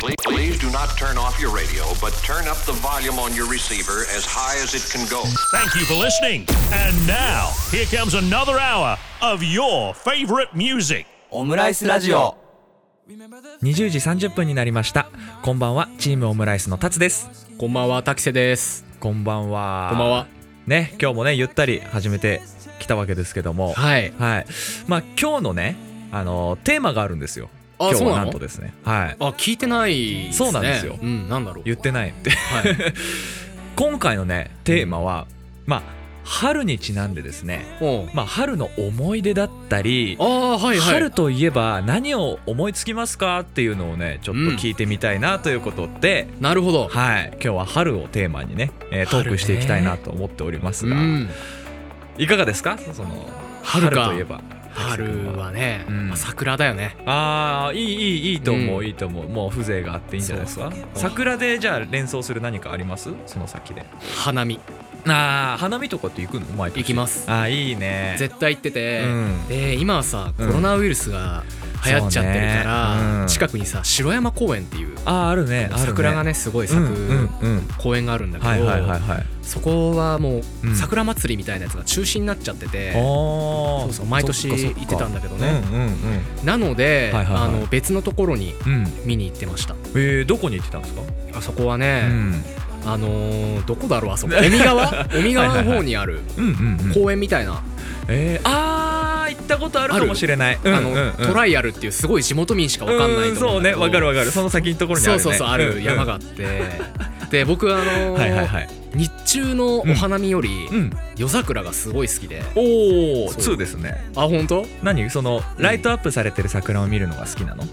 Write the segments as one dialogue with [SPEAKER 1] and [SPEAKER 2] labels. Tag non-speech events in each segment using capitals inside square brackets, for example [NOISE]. [SPEAKER 1] Please, please do not turn off your radio, but turn up the volume on your receiver as high as it can go.
[SPEAKER 2] Thank you for listening. And now, here comes another hour of your favorite music.
[SPEAKER 3] オムライスラジオ
[SPEAKER 4] 20時30分になりましたこんばんはチームオムライスの達です
[SPEAKER 5] こんばんは、タキセです。
[SPEAKER 4] こんばんは
[SPEAKER 5] こんばんは。
[SPEAKER 4] ね今日もねゆったり始めてきたわけですけども
[SPEAKER 5] はい。
[SPEAKER 4] はいまあ今日のねあのテーマがあるんですよ
[SPEAKER 5] あ
[SPEAKER 4] 今日
[SPEAKER 5] そう
[SPEAKER 4] は
[SPEAKER 5] な
[SPEAKER 4] な
[SPEAKER 5] の
[SPEAKER 4] んとですねはい
[SPEAKER 5] あ、聞いてない、ね。
[SPEAKER 4] そうなんですよ
[SPEAKER 5] うん、なんだろう。
[SPEAKER 4] 言ってない
[SPEAKER 5] はい。
[SPEAKER 4] [LAUGHS] 今回のねテーマは、まあ春にちなんでですね
[SPEAKER 5] おう
[SPEAKER 4] まあ春の思い出だったり
[SPEAKER 5] ああ、はいはい。
[SPEAKER 4] 春といえば何を思いつきますかっていうのをねちょっと聞いてみたいなということで、
[SPEAKER 5] なるほど。
[SPEAKER 4] はい、今日は春をテーマにね、えートークしていきたいなと思っております
[SPEAKER 5] う
[SPEAKER 4] が、
[SPEAKER 5] ん。
[SPEAKER 4] いかがですかその
[SPEAKER 5] 春か
[SPEAKER 4] といえば
[SPEAKER 5] 春はね、
[SPEAKER 4] うん
[SPEAKER 5] まあ桜だよね。
[SPEAKER 4] あーいいいいいいと思う、
[SPEAKER 5] うん
[SPEAKER 4] いいと思うもう風情があっていいんじゃないですか
[SPEAKER 5] そうそう
[SPEAKER 4] 桜でじゃあ連想する何かありますその先で
[SPEAKER 5] 花見。
[SPEAKER 4] あー花見とかって行くの毎年
[SPEAKER 5] 行きます
[SPEAKER 4] あーいいね
[SPEAKER 5] 絶対行ってて、
[SPEAKER 4] うん
[SPEAKER 5] で、今はさ、コ
[SPEAKER 4] うん
[SPEAKER 5] ロナウイルスが流行っちゃってるか
[SPEAKER 4] そうね
[SPEAKER 5] ら、
[SPEAKER 4] うん
[SPEAKER 5] 近くにさ、城山公園っていう、
[SPEAKER 4] あーあるねあるね
[SPEAKER 5] 桜がね、すごい咲
[SPEAKER 4] うんうん
[SPEAKER 5] く
[SPEAKER 4] うん
[SPEAKER 5] 公園があるんだけど、
[SPEAKER 4] はいはいはいはい
[SPEAKER 5] そこはも
[SPEAKER 4] うん
[SPEAKER 5] う、桜祭りみたいなやつが中止になっちゃってて、
[SPEAKER 4] おー
[SPEAKER 5] そうそう毎年
[SPEAKER 4] そっかそっか
[SPEAKER 5] 行ってたんだけど
[SPEAKER 4] うんう
[SPEAKER 5] ね
[SPEAKER 4] んうん
[SPEAKER 5] なので、
[SPEAKER 4] はいはいはい
[SPEAKER 5] あの別のところに
[SPEAKER 4] うん
[SPEAKER 5] 見に行ってました
[SPEAKER 4] えー、どこに行ってたんですか、
[SPEAKER 5] あそこは
[SPEAKER 4] う
[SPEAKER 5] ね、
[SPEAKER 4] ん、
[SPEAKER 5] あのーどこだろうあそ
[SPEAKER 4] [LAUGHS]
[SPEAKER 5] こ海川海川の方にある
[SPEAKER 4] うんうんうん
[SPEAKER 5] 公園みたいな、
[SPEAKER 4] えー、あー行ったことあるかもしれない
[SPEAKER 5] あの、トライアルっていうすごい地元民しかわかんないと思
[SPEAKER 4] そううん
[SPEAKER 5] だ
[SPEAKER 4] ね
[SPEAKER 5] けど
[SPEAKER 4] わかるわかるその先のところにあ
[SPEAKER 5] そ
[SPEAKER 4] る、
[SPEAKER 5] う
[SPEAKER 4] ね、
[SPEAKER 5] そうそうある山があって、
[SPEAKER 4] [LAUGHS]
[SPEAKER 5] で僕あの
[SPEAKER 4] うん
[SPEAKER 5] ー
[SPEAKER 4] はいはいはい
[SPEAKER 5] 日中のお花見より、
[SPEAKER 4] うん
[SPEAKER 5] 夜桜がすごい好きで
[SPEAKER 4] おお
[SPEAKER 5] そう
[SPEAKER 4] 2ですね
[SPEAKER 5] あ本当
[SPEAKER 4] 何そのライトアップされてる桜を見るのが好きなのね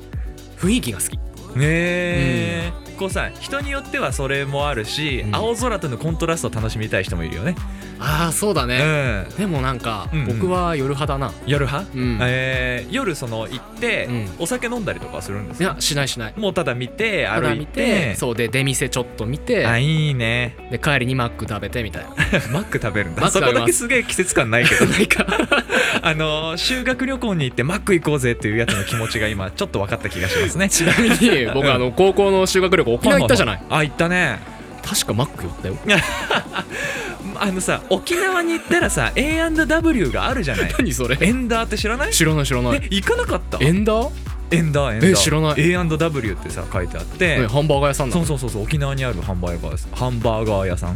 [SPEAKER 5] 雰囲気が好き
[SPEAKER 4] え、こうさ人によってはそれもあるし、
[SPEAKER 5] うん
[SPEAKER 4] 青空とのコントラストを楽しみたい人もいるよね
[SPEAKER 5] ああそうだ
[SPEAKER 4] う
[SPEAKER 5] ね、
[SPEAKER 4] ん
[SPEAKER 5] でもなんか、
[SPEAKER 4] うんうん
[SPEAKER 5] 僕は夜派だな
[SPEAKER 4] 夜派、
[SPEAKER 5] うん
[SPEAKER 4] えー夜その行って、
[SPEAKER 5] うん
[SPEAKER 4] お酒飲んだりとかはするんです
[SPEAKER 5] い
[SPEAKER 4] か
[SPEAKER 5] やしないしない
[SPEAKER 4] もうただ見て
[SPEAKER 5] ただ
[SPEAKER 4] 歩い
[SPEAKER 5] 見
[SPEAKER 4] て
[SPEAKER 5] てそうで出店ちょっと見て、
[SPEAKER 4] あいいね
[SPEAKER 5] で帰りにマック食べてみたいな
[SPEAKER 4] マック食べるん
[SPEAKER 5] マ
[SPEAKER 4] だ
[SPEAKER 5] ック
[SPEAKER 4] そ
[SPEAKER 5] 食べます
[SPEAKER 4] こだけすげえ季節感ないけ
[SPEAKER 5] [LAUGHS]
[SPEAKER 4] ど
[SPEAKER 5] ないか
[SPEAKER 4] あのー修学旅行に行ってマック行こうぜっていうやつの気持ちが今ちょっと分かった気がします
[SPEAKER 5] [LAUGHS]
[SPEAKER 4] ね
[SPEAKER 5] ちなみに僕あの高校の修学旅行沖縄行ったじゃない
[SPEAKER 4] あ行ったね
[SPEAKER 5] 確かマック寄った
[SPEAKER 4] [LAUGHS]
[SPEAKER 5] よ
[SPEAKER 4] あのさ沖縄に行ったらさ A&W があるじゃない
[SPEAKER 5] 何それ
[SPEAKER 4] エンダーって知らない
[SPEAKER 5] 知らない知らない
[SPEAKER 4] え行かなかった
[SPEAKER 5] エンダー、
[SPEAKER 4] エンダーエンダー
[SPEAKER 5] え知らない
[SPEAKER 4] A&W ってさ書いてあって、
[SPEAKER 5] ねハンバーガー屋さんな
[SPEAKER 4] そ
[SPEAKER 5] の
[SPEAKER 4] うそうそうそう沖縄にあるハンバーガーですハンバーガー屋さ
[SPEAKER 5] い
[SPEAKER 4] ん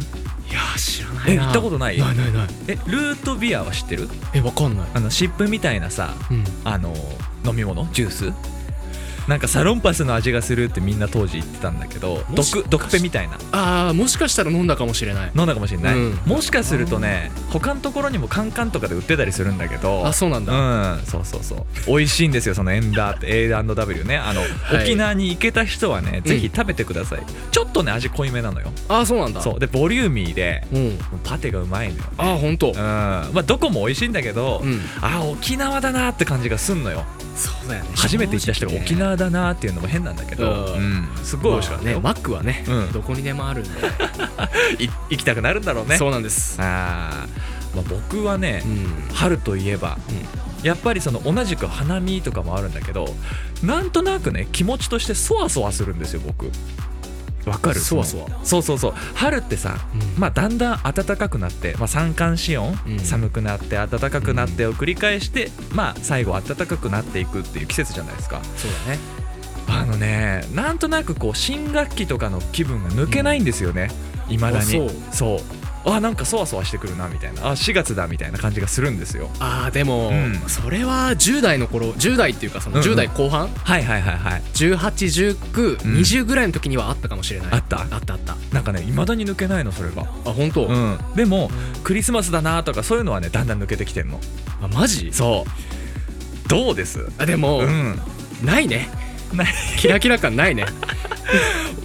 [SPEAKER 5] やー知らな
[SPEAKER 4] え行ったことない
[SPEAKER 5] ないないない
[SPEAKER 4] えルートビアは知ってる
[SPEAKER 5] えわかんない
[SPEAKER 4] あの湿布みたいなさ
[SPEAKER 5] うん
[SPEAKER 4] あの飲み物ジュースなんかサロンパスの味がするってみんな当時言ってたんだけど
[SPEAKER 5] もし
[SPEAKER 4] 毒毒ペみたいな
[SPEAKER 5] ああもしかしたら飲んだかもしれない
[SPEAKER 4] 飲んだかもしれない、
[SPEAKER 5] うん
[SPEAKER 4] もしかするとね他のところにもカンカンとかで売ってたりするんだけど
[SPEAKER 5] あそうなんだ、
[SPEAKER 4] うんそうそうそう美味しいんですよそのエンダーって A&W ねあの、
[SPEAKER 5] い
[SPEAKER 4] 沖縄に行けた人はねぜひ食べてください、ちょっとね味濃いめなのよ
[SPEAKER 5] ああそうなんだ
[SPEAKER 4] そうでボリューミーで
[SPEAKER 5] うん
[SPEAKER 4] パテがうまいのよ
[SPEAKER 5] ああ本当
[SPEAKER 4] うんまあどこも美味しいんだけど、
[SPEAKER 5] うん
[SPEAKER 4] あ沖縄だなって感じがすんのよ
[SPEAKER 5] そうだよね
[SPEAKER 4] 初めて行った人が沖縄だなっていうのも変なんだけど、
[SPEAKER 5] うん
[SPEAKER 4] うんす
[SPEAKER 5] す
[SPEAKER 4] ごい美味しかった
[SPEAKER 5] ね
[SPEAKER 4] よ、
[SPEAKER 5] マックはね、
[SPEAKER 4] うん
[SPEAKER 5] どこにでもあるんで、
[SPEAKER 4] い行きたくなるんだろうね
[SPEAKER 5] そうなんです
[SPEAKER 4] あー、まあ、僕はね、
[SPEAKER 5] うん
[SPEAKER 4] 春といえば、やっぱりその同じく花見とかもあるんだけどなんとなくね気持ちとしてそわそわするんですよ僕わかる
[SPEAKER 5] そわそわ
[SPEAKER 4] のそうそうそう春ってさ、
[SPEAKER 5] うん
[SPEAKER 4] まあ、だんだん暖かくなって、まあ、三寒四温、
[SPEAKER 5] うん
[SPEAKER 4] 寒くなって暖かくなってを繰り返して、まあ、最後暖かくなっていくっていう季節じゃないですか
[SPEAKER 5] そうだね
[SPEAKER 4] あのねなんとなくこう新学期とかの気分が抜けないんですよねいま、未だに
[SPEAKER 5] あ
[SPEAKER 4] そうあなんかそわそわしてくるなみたいなあ4月だみたいな感じがするんですよ
[SPEAKER 5] あーでも、
[SPEAKER 4] うん
[SPEAKER 5] それは10代の頃10代っていうかそ
[SPEAKER 4] うん
[SPEAKER 5] の
[SPEAKER 4] うん
[SPEAKER 5] 10代後半、
[SPEAKER 4] はいはいはいはいうん
[SPEAKER 5] 181920ぐらいの時にはあったかもしれない、
[SPEAKER 4] あった
[SPEAKER 5] あったあったあ
[SPEAKER 4] なんかねいまだに抜けないのそれが
[SPEAKER 5] 本当、
[SPEAKER 4] うんでもクリスマスだなとかそういうのはねだんだん抜けてきてんの
[SPEAKER 5] あマジ
[SPEAKER 4] そうどうです
[SPEAKER 5] あでも、
[SPEAKER 4] うん [LAUGHS]
[SPEAKER 5] ないね
[SPEAKER 4] ない
[SPEAKER 5] キラキラ感
[SPEAKER 4] [LAUGHS]
[SPEAKER 5] ないね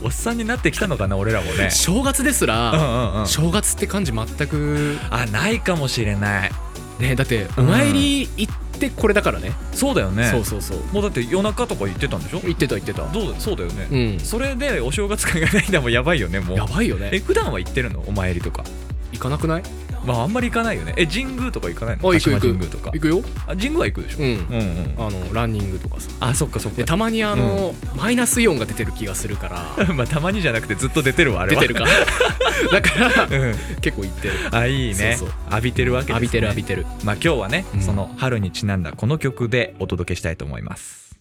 [SPEAKER 4] おっさんになってきたのかな俺らもね
[SPEAKER 5] 正月です
[SPEAKER 4] うんう
[SPEAKER 5] ら、
[SPEAKER 4] んうん
[SPEAKER 5] 正月って感じ全く
[SPEAKER 4] あないかもしれない
[SPEAKER 5] ねだって
[SPEAKER 4] う
[SPEAKER 5] お
[SPEAKER 4] ん
[SPEAKER 5] 参り行ってこれだからね、
[SPEAKER 4] そうだよね
[SPEAKER 5] そうそうそう
[SPEAKER 4] もうだって夜中とか言ってたんでしょ
[SPEAKER 5] 行ってた行ってた
[SPEAKER 4] どうそうだよね
[SPEAKER 5] うん
[SPEAKER 4] それでお正月感がないのもやばいよねもう
[SPEAKER 5] やばいよ
[SPEAKER 4] え
[SPEAKER 5] ね
[SPEAKER 4] 普段は行ってるのお参りとか
[SPEAKER 5] 行かなくない
[SPEAKER 4] まああんまり行かないよねえ神宮とか行かないの
[SPEAKER 5] あ行く行
[SPEAKER 4] 鹿島
[SPEAKER 5] く
[SPEAKER 4] 神宮とか
[SPEAKER 5] 行くよ
[SPEAKER 4] あ神宮は行くでしょ、
[SPEAKER 5] うん
[SPEAKER 4] うんうん
[SPEAKER 5] あのランニングとかさ
[SPEAKER 4] あそっかそっ
[SPEAKER 5] で
[SPEAKER 4] か
[SPEAKER 5] たまにあの、マイナスイオンが出てる気がするから
[SPEAKER 4] [LAUGHS] まあたまにじゃなくてずっと出てるわあれ
[SPEAKER 5] 出
[SPEAKER 4] は
[SPEAKER 5] てるか [LAUGHS] だから、
[SPEAKER 4] うん
[SPEAKER 5] 結構行ってる
[SPEAKER 4] [LAUGHS] あいいね
[SPEAKER 5] そうそう
[SPEAKER 4] 浴びてるわけです、ね、
[SPEAKER 5] 浴びてる浴びてる
[SPEAKER 4] まあ今日はね、
[SPEAKER 5] うん
[SPEAKER 4] その春にちなんだこの曲でお届けしたいと思います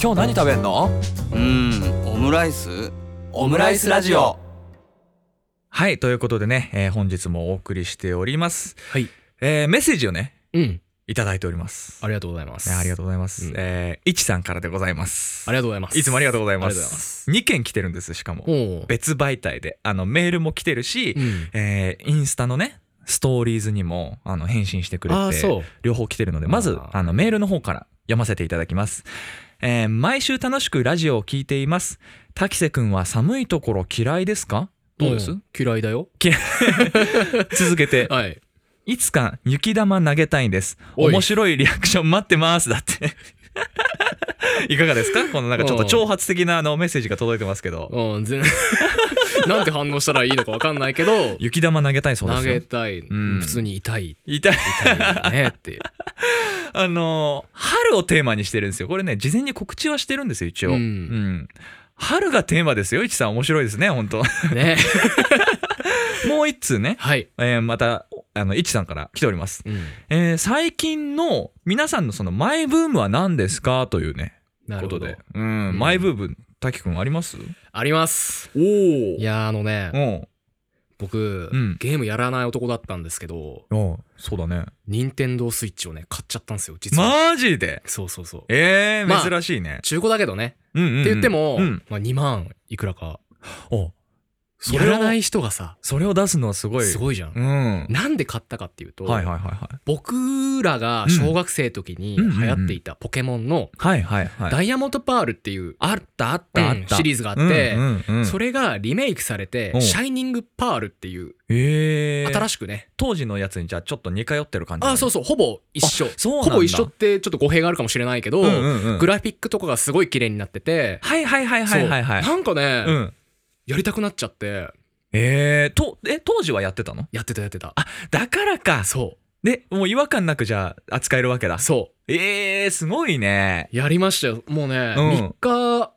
[SPEAKER 4] 今日何食べんの
[SPEAKER 3] うーんオムライスオムライスラジオ
[SPEAKER 4] はいということでね、えー本日もお送りしております、
[SPEAKER 5] はい
[SPEAKER 4] えーメッセージをね
[SPEAKER 5] うん
[SPEAKER 4] いただいております
[SPEAKER 5] ありがとうございます
[SPEAKER 4] ねありがとうございま
[SPEAKER 5] う
[SPEAKER 4] す、
[SPEAKER 5] ん
[SPEAKER 4] えーいちさんからでございます
[SPEAKER 5] ありがとうございます
[SPEAKER 4] いつもありがとうございま
[SPEAKER 5] ありがとうございます
[SPEAKER 4] 2件来てるんですしかも
[SPEAKER 5] おう
[SPEAKER 4] 別媒体であのメールも来てるし、
[SPEAKER 5] うん
[SPEAKER 4] えーインスタのねストーリーズにもあの返信してくれ
[SPEAKER 5] あーそ
[SPEAKER 4] て
[SPEAKER 5] う
[SPEAKER 4] 両方来てるのでまず
[SPEAKER 5] あー
[SPEAKER 4] あのメールの方から読ませていただきます、えー毎週楽しくラジオを聞いています滝瀬くんは寒いところ嫌いですかどうです、
[SPEAKER 5] ん嫌いだよ
[SPEAKER 4] 続け [LAUGHS] て
[SPEAKER 5] はい
[SPEAKER 4] いつか雪玉投げたいんです
[SPEAKER 5] おい
[SPEAKER 4] 面白いリアクション待ってますだって [LAUGHS] いかがですかこのなんかちょっと挑発的なあのメッセージが届いてますけど
[SPEAKER 5] うん全 [LAUGHS] なんて反応したらいいのかわかんないけど
[SPEAKER 4] 雪玉投げたいそうで
[SPEAKER 5] 投
[SPEAKER 4] すよ
[SPEAKER 5] げたい、
[SPEAKER 4] ん
[SPEAKER 5] 普通に痛い
[SPEAKER 4] 痛い
[SPEAKER 5] 痛いねって
[SPEAKER 4] あのー春をテーマにしてるんですよこれね事前に告知はしてるんですよ一応、
[SPEAKER 5] うん
[SPEAKER 4] ん春がテーマですよいちさん面白いですね本当 [LAUGHS]
[SPEAKER 5] ね
[SPEAKER 4] もう一通ね、
[SPEAKER 5] はい、
[SPEAKER 4] えーまたあのいちさんから来ております、
[SPEAKER 5] うん、
[SPEAKER 4] えー最近の皆さんのそのマイブームは何ですかというね
[SPEAKER 5] な
[SPEAKER 4] こ
[SPEAKER 5] る
[SPEAKER 4] と
[SPEAKER 5] ほど
[SPEAKER 4] で、うんマイブーム滝くんあります
[SPEAKER 5] あります
[SPEAKER 4] おお
[SPEAKER 5] いやーあのね
[SPEAKER 4] うん
[SPEAKER 5] 僕、
[SPEAKER 4] うん
[SPEAKER 5] ゲームやらない男だったんですけど
[SPEAKER 4] うんそうだね
[SPEAKER 5] 任天堂スイッチをね買っちゃったんですよ実は、
[SPEAKER 4] マジで
[SPEAKER 5] そうそうそう
[SPEAKER 4] えー
[SPEAKER 5] まあ
[SPEAKER 4] 珍しいね、
[SPEAKER 5] 中古だけどね、
[SPEAKER 4] うんうんうん
[SPEAKER 5] って言っても、
[SPEAKER 4] うん
[SPEAKER 5] まあ、2万いくらか
[SPEAKER 4] おそ
[SPEAKER 5] や
[SPEAKER 4] れ
[SPEAKER 5] らな
[SPEAKER 4] を
[SPEAKER 5] い人がさ
[SPEAKER 4] それを出すのはすごい
[SPEAKER 5] すごいじゃん、
[SPEAKER 4] うんはい
[SPEAKER 5] なんで買ったかっていうと、
[SPEAKER 4] はいはいはい
[SPEAKER 5] 僕らが小学生時に流行っていたポケモンの
[SPEAKER 4] はいはいはい。
[SPEAKER 5] ダイヤモンドパールっていう
[SPEAKER 4] あったあったあっ
[SPEAKER 5] うん
[SPEAKER 4] た。
[SPEAKER 5] シリーズがあって
[SPEAKER 4] うんうんうん
[SPEAKER 5] それがリメイクされて「
[SPEAKER 4] うん
[SPEAKER 5] シャイニングパール」っていう
[SPEAKER 4] えー、
[SPEAKER 5] 新
[SPEAKER 4] しい
[SPEAKER 5] しくね
[SPEAKER 4] 当時のやつにじゃあちょっと似通ってる感じ
[SPEAKER 5] あそう
[SPEAKER 4] う
[SPEAKER 5] そうほぼ一緒
[SPEAKER 4] あそうなん
[SPEAKER 5] ほ
[SPEAKER 4] だ
[SPEAKER 5] ぼ一緒ってちょっと語弊があるかもしれないけど
[SPEAKER 4] うんうんうん
[SPEAKER 5] グラフィックとかがすごい綺麗になってて
[SPEAKER 4] はいはいはいは
[SPEAKER 5] そう
[SPEAKER 4] いはいはい。
[SPEAKER 5] なんかね
[SPEAKER 4] うん、
[SPEAKER 5] やりたくなっちゃって
[SPEAKER 4] えー、とえ当時はやってたの
[SPEAKER 5] やってたやってた
[SPEAKER 4] だからか
[SPEAKER 5] そ
[SPEAKER 4] でもう違和感なくじゃあ扱えるわけだ
[SPEAKER 5] うそ
[SPEAKER 4] えー、すごいね
[SPEAKER 5] うやりましたよもうね
[SPEAKER 4] う
[SPEAKER 5] 3
[SPEAKER 4] ん
[SPEAKER 5] 日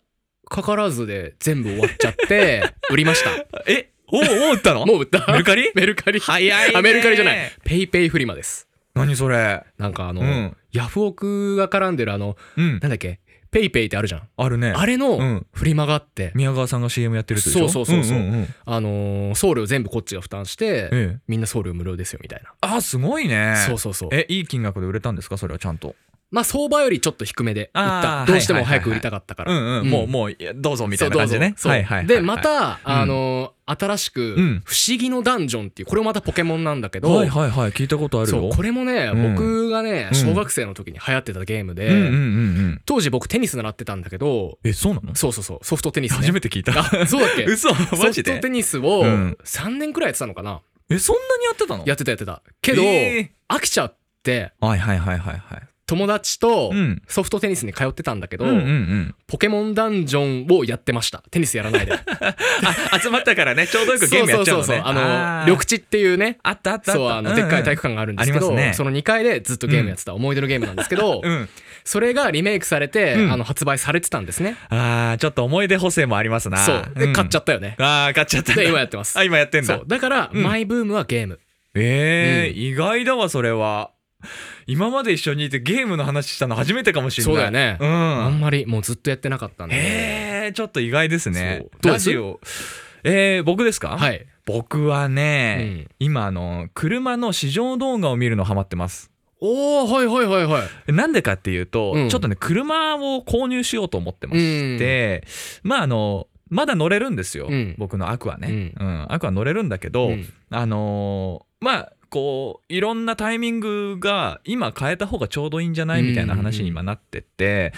[SPEAKER 5] かからずで全部終わっちゃって
[SPEAKER 4] [LAUGHS]
[SPEAKER 5] 売りました
[SPEAKER 4] えおうおう打ったの
[SPEAKER 5] もう売った
[SPEAKER 4] メルカリ
[SPEAKER 5] メルカリ
[SPEAKER 4] 早いね
[SPEAKER 5] あメルカリじゃないペイペイフリマです
[SPEAKER 4] 何それ
[SPEAKER 5] なんかあの、
[SPEAKER 4] うん
[SPEAKER 5] ヤフオクが絡んでるあの
[SPEAKER 4] うん
[SPEAKER 5] なんだっけペイペイってあるじゃん
[SPEAKER 4] あるね
[SPEAKER 5] あれ
[SPEAKER 4] う
[SPEAKER 5] の
[SPEAKER 4] ん
[SPEAKER 5] フリマがあって、
[SPEAKER 4] 宮川さんが CM やってるやつでしょ
[SPEAKER 5] そうそうそうそうん
[SPEAKER 4] んん
[SPEAKER 5] あのー送料全部こっちが負担して、
[SPEAKER 4] ええ
[SPEAKER 5] みんな送料無料ですよみたいな、
[SPEAKER 4] あすごいね
[SPEAKER 5] そうそうそう
[SPEAKER 4] えいい金額で売れたんですかそれはちゃんと
[SPEAKER 5] まあ相場よりちょっと低めで売っ
[SPEAKER 4] あ
[SPEAKER 5] た
[SPEAKER 4] ー
[SPEAKER 5] どうしても
[SPEAKER 4] はいはいは
[SPEAKER 5] 早く
[SPEAKER 4] いはい
[SPEAKER 5] 売りたかったから、
[SPEAKER 4] うんうん、もうもういやどうぞみたいな感じでね
[SPEAKER 5] そうどうぞそう
[SPEAKER 4] はいはいはいはい
[SPEAKER 5] でまた、あのー新しく、
[SPEAKER 4] うん
[SPEAKER 5] 不思議のダンジョン」っていうこれもまたポケモンなんだけど、
[SPEAKER 4] はいはいはい聞いたことあるよ
[SPEAKER 5] そうこれもね、
[SPEAKER 4] うん
[SPEAKER 5] 僕がね
[SPEAKER 4] うん
[SPEAKER 5] 小学生の時に流行ってたゲームで、
[SPEAKER 4] うんうんうんうん
[SPEAKER 5] 当時僕テニス習ってたんだけど
[SPEAKER 4] えそうなの
[SPEAKER 5] そうそうそうソフトテニス、ね、
[SPEAKER 4] 初めて聞いた
[SPEAKER 5] あそうだっけ
[SPEAKER 4] [LAUGHS] 嘘マジ
[SPEAKER 5] ソフ
[SPEAKER 4] で
[SPEAKER 5] トテニスを
[SPEAKER 4] うん
[SPEAKER 5] 3年くらいやってたのかな、
[SPEAKER 4] えそんなにやってたの
[SPEAKER 5] やってたやってたけど、
[SPEAKER 4] え
[SPEAKER 5] 飽きちゃって
[SPEAKER 4] はいはいはいはいはい
[SPEAKER 5] 友達と
[SPEAKER 4] うん
[SPEAKER 5] ソフトテニスに通ってたんだけど、
[SPEAKER 4] うんうんうん
[SPEAKER 5] ポケモンダンジョンをやってましたテニスやらないで
[SPEAKER 4] あ集まったからねちょうどよくゲームやっちゃうのね
[SPEAKER 5] そうそうそうそうあの
[SPEAKER 4] ー
[SPEAKER 5] 緑地っていうね
[SPEAKER 4] あったあったあった
[SPEAKER 5] そうあのでっかい体育館があるんですけど、
[SPEAKER 4] ありますね
[SPEAKER 5] その2階でずっとゲームやってた、思い出のゲームなんですけど、
[SPEAKER 4] うん、うん、
[SPEAKER 5] それがリメイクされて、
[SPEAKER 4] うん
[SPEAKER 5] あの発売されてたんですね
[SPEAKER 4] あーちょっと思い出補正もありますな
[SPEAKER 5] そうで、買っちゃ
[SPEAKER 4] っ
[SPEAKER 5] ったよね
[SPEAKER 4] たあー買っちゃったんだ
[SPEAKER 5] で今やってます
[SPEAKER 4] あ今やってん
[SPEAKER 5] そ
[SPEAKER 4] だ
[SPEAKER 5] うだから、
[SPEAKER 4] うん
[SPEAKER 5] マイブームはゲーム
[SPEAKER 4] ええ
[SPEAKER 5] う
[SPEAKER 4] 意外だわそれは今まで一緒にいてゲームの話したの初めてかもしれな
[SPEAKER 5] そ
[SPEAKER 4] い
[SPEAKER 5] うだよね、
[SPEAKER 4] うん
[SPEAKER 5] あんまりもうずっとやってなかったんで、
[SPEAKER 4] ええちょっと意外ですね
[SPEAKER 5] そうどう
[SPEAKER 4] ラ
[SPEAKER 5] です
[SPEAKER 4] ジオえー、僕ですか
[SPEAKER 5] はい
[SPEAKER 4] 僕はね、今あの車の試乗動画を見るのハマってます
[SPEAKER 5] おおはいはいはいはい
[SPEAKER 4] なんでかっていうと、
[SPEAKER 5] うん
[SPEAKER 4] ちょっとね車を購入しようと思ってまして、まああのまだ乗れるんですよ、
[SPEAKER 5] うん
[SPEAKER 4] 僕のアクアね、うんアクア乗れるんだけど、
[SPEAKER 5] うん
[SPEAKER 4] あのーまあこういろんなタイミングが今変えた方がちょうどいいんじゃないみたいな話に今なってて、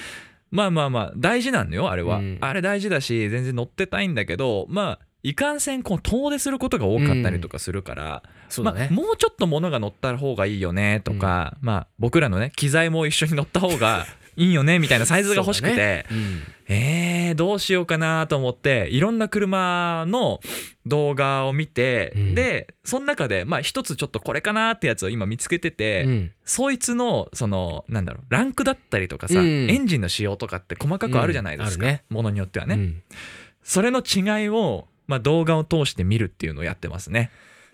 [SPEAKER 4] まあまあまあ大事なんだよあれは、
[SPEAKER 5] うん
[SPEAKER 4] あれ大事だし全然乗ってたいんだけどまあいかんせんこう遠出することが多かったりとかするから、
[SPEAKER 5] そうだね、
[SPEAKER 4] まあ、もうちょっと物が乗った方がいいよねとか、まあ僕らのね機材も一緒に乗った
[SPEAKER 5] [LAUGHS]
[SPEAKER 4] 方がいいよねみたいなサイズが欲しくて、
[SPEAKER 5] そうだねうん
[SPEAKER 4] えー、どうしようかなと思っていろんな車の動画を見て、
[SPEAKER 5] うん
[SPEAKER 4] でその中でまあ一つちょっとこれかなってやつを今見つけてて、
[SPEAKER 5] うん
[SPEAKER 4] そいつのそのなんだろうランクだったりとかさ、
[SPEAKER 5] うん
[SPEAKER 4] エンジンの仕様とかって細かくあるじゃないですか、
[SPEAKER 5] うんあるね
[SPEAKER 4] ものによっては
[SPEAKER 5] う
[SPEAKER 4] ね、
[SPEAKER 5] ん
[SPEAKER 4] それの違いを、まあ、動画を通して見るっていうのをやってますね。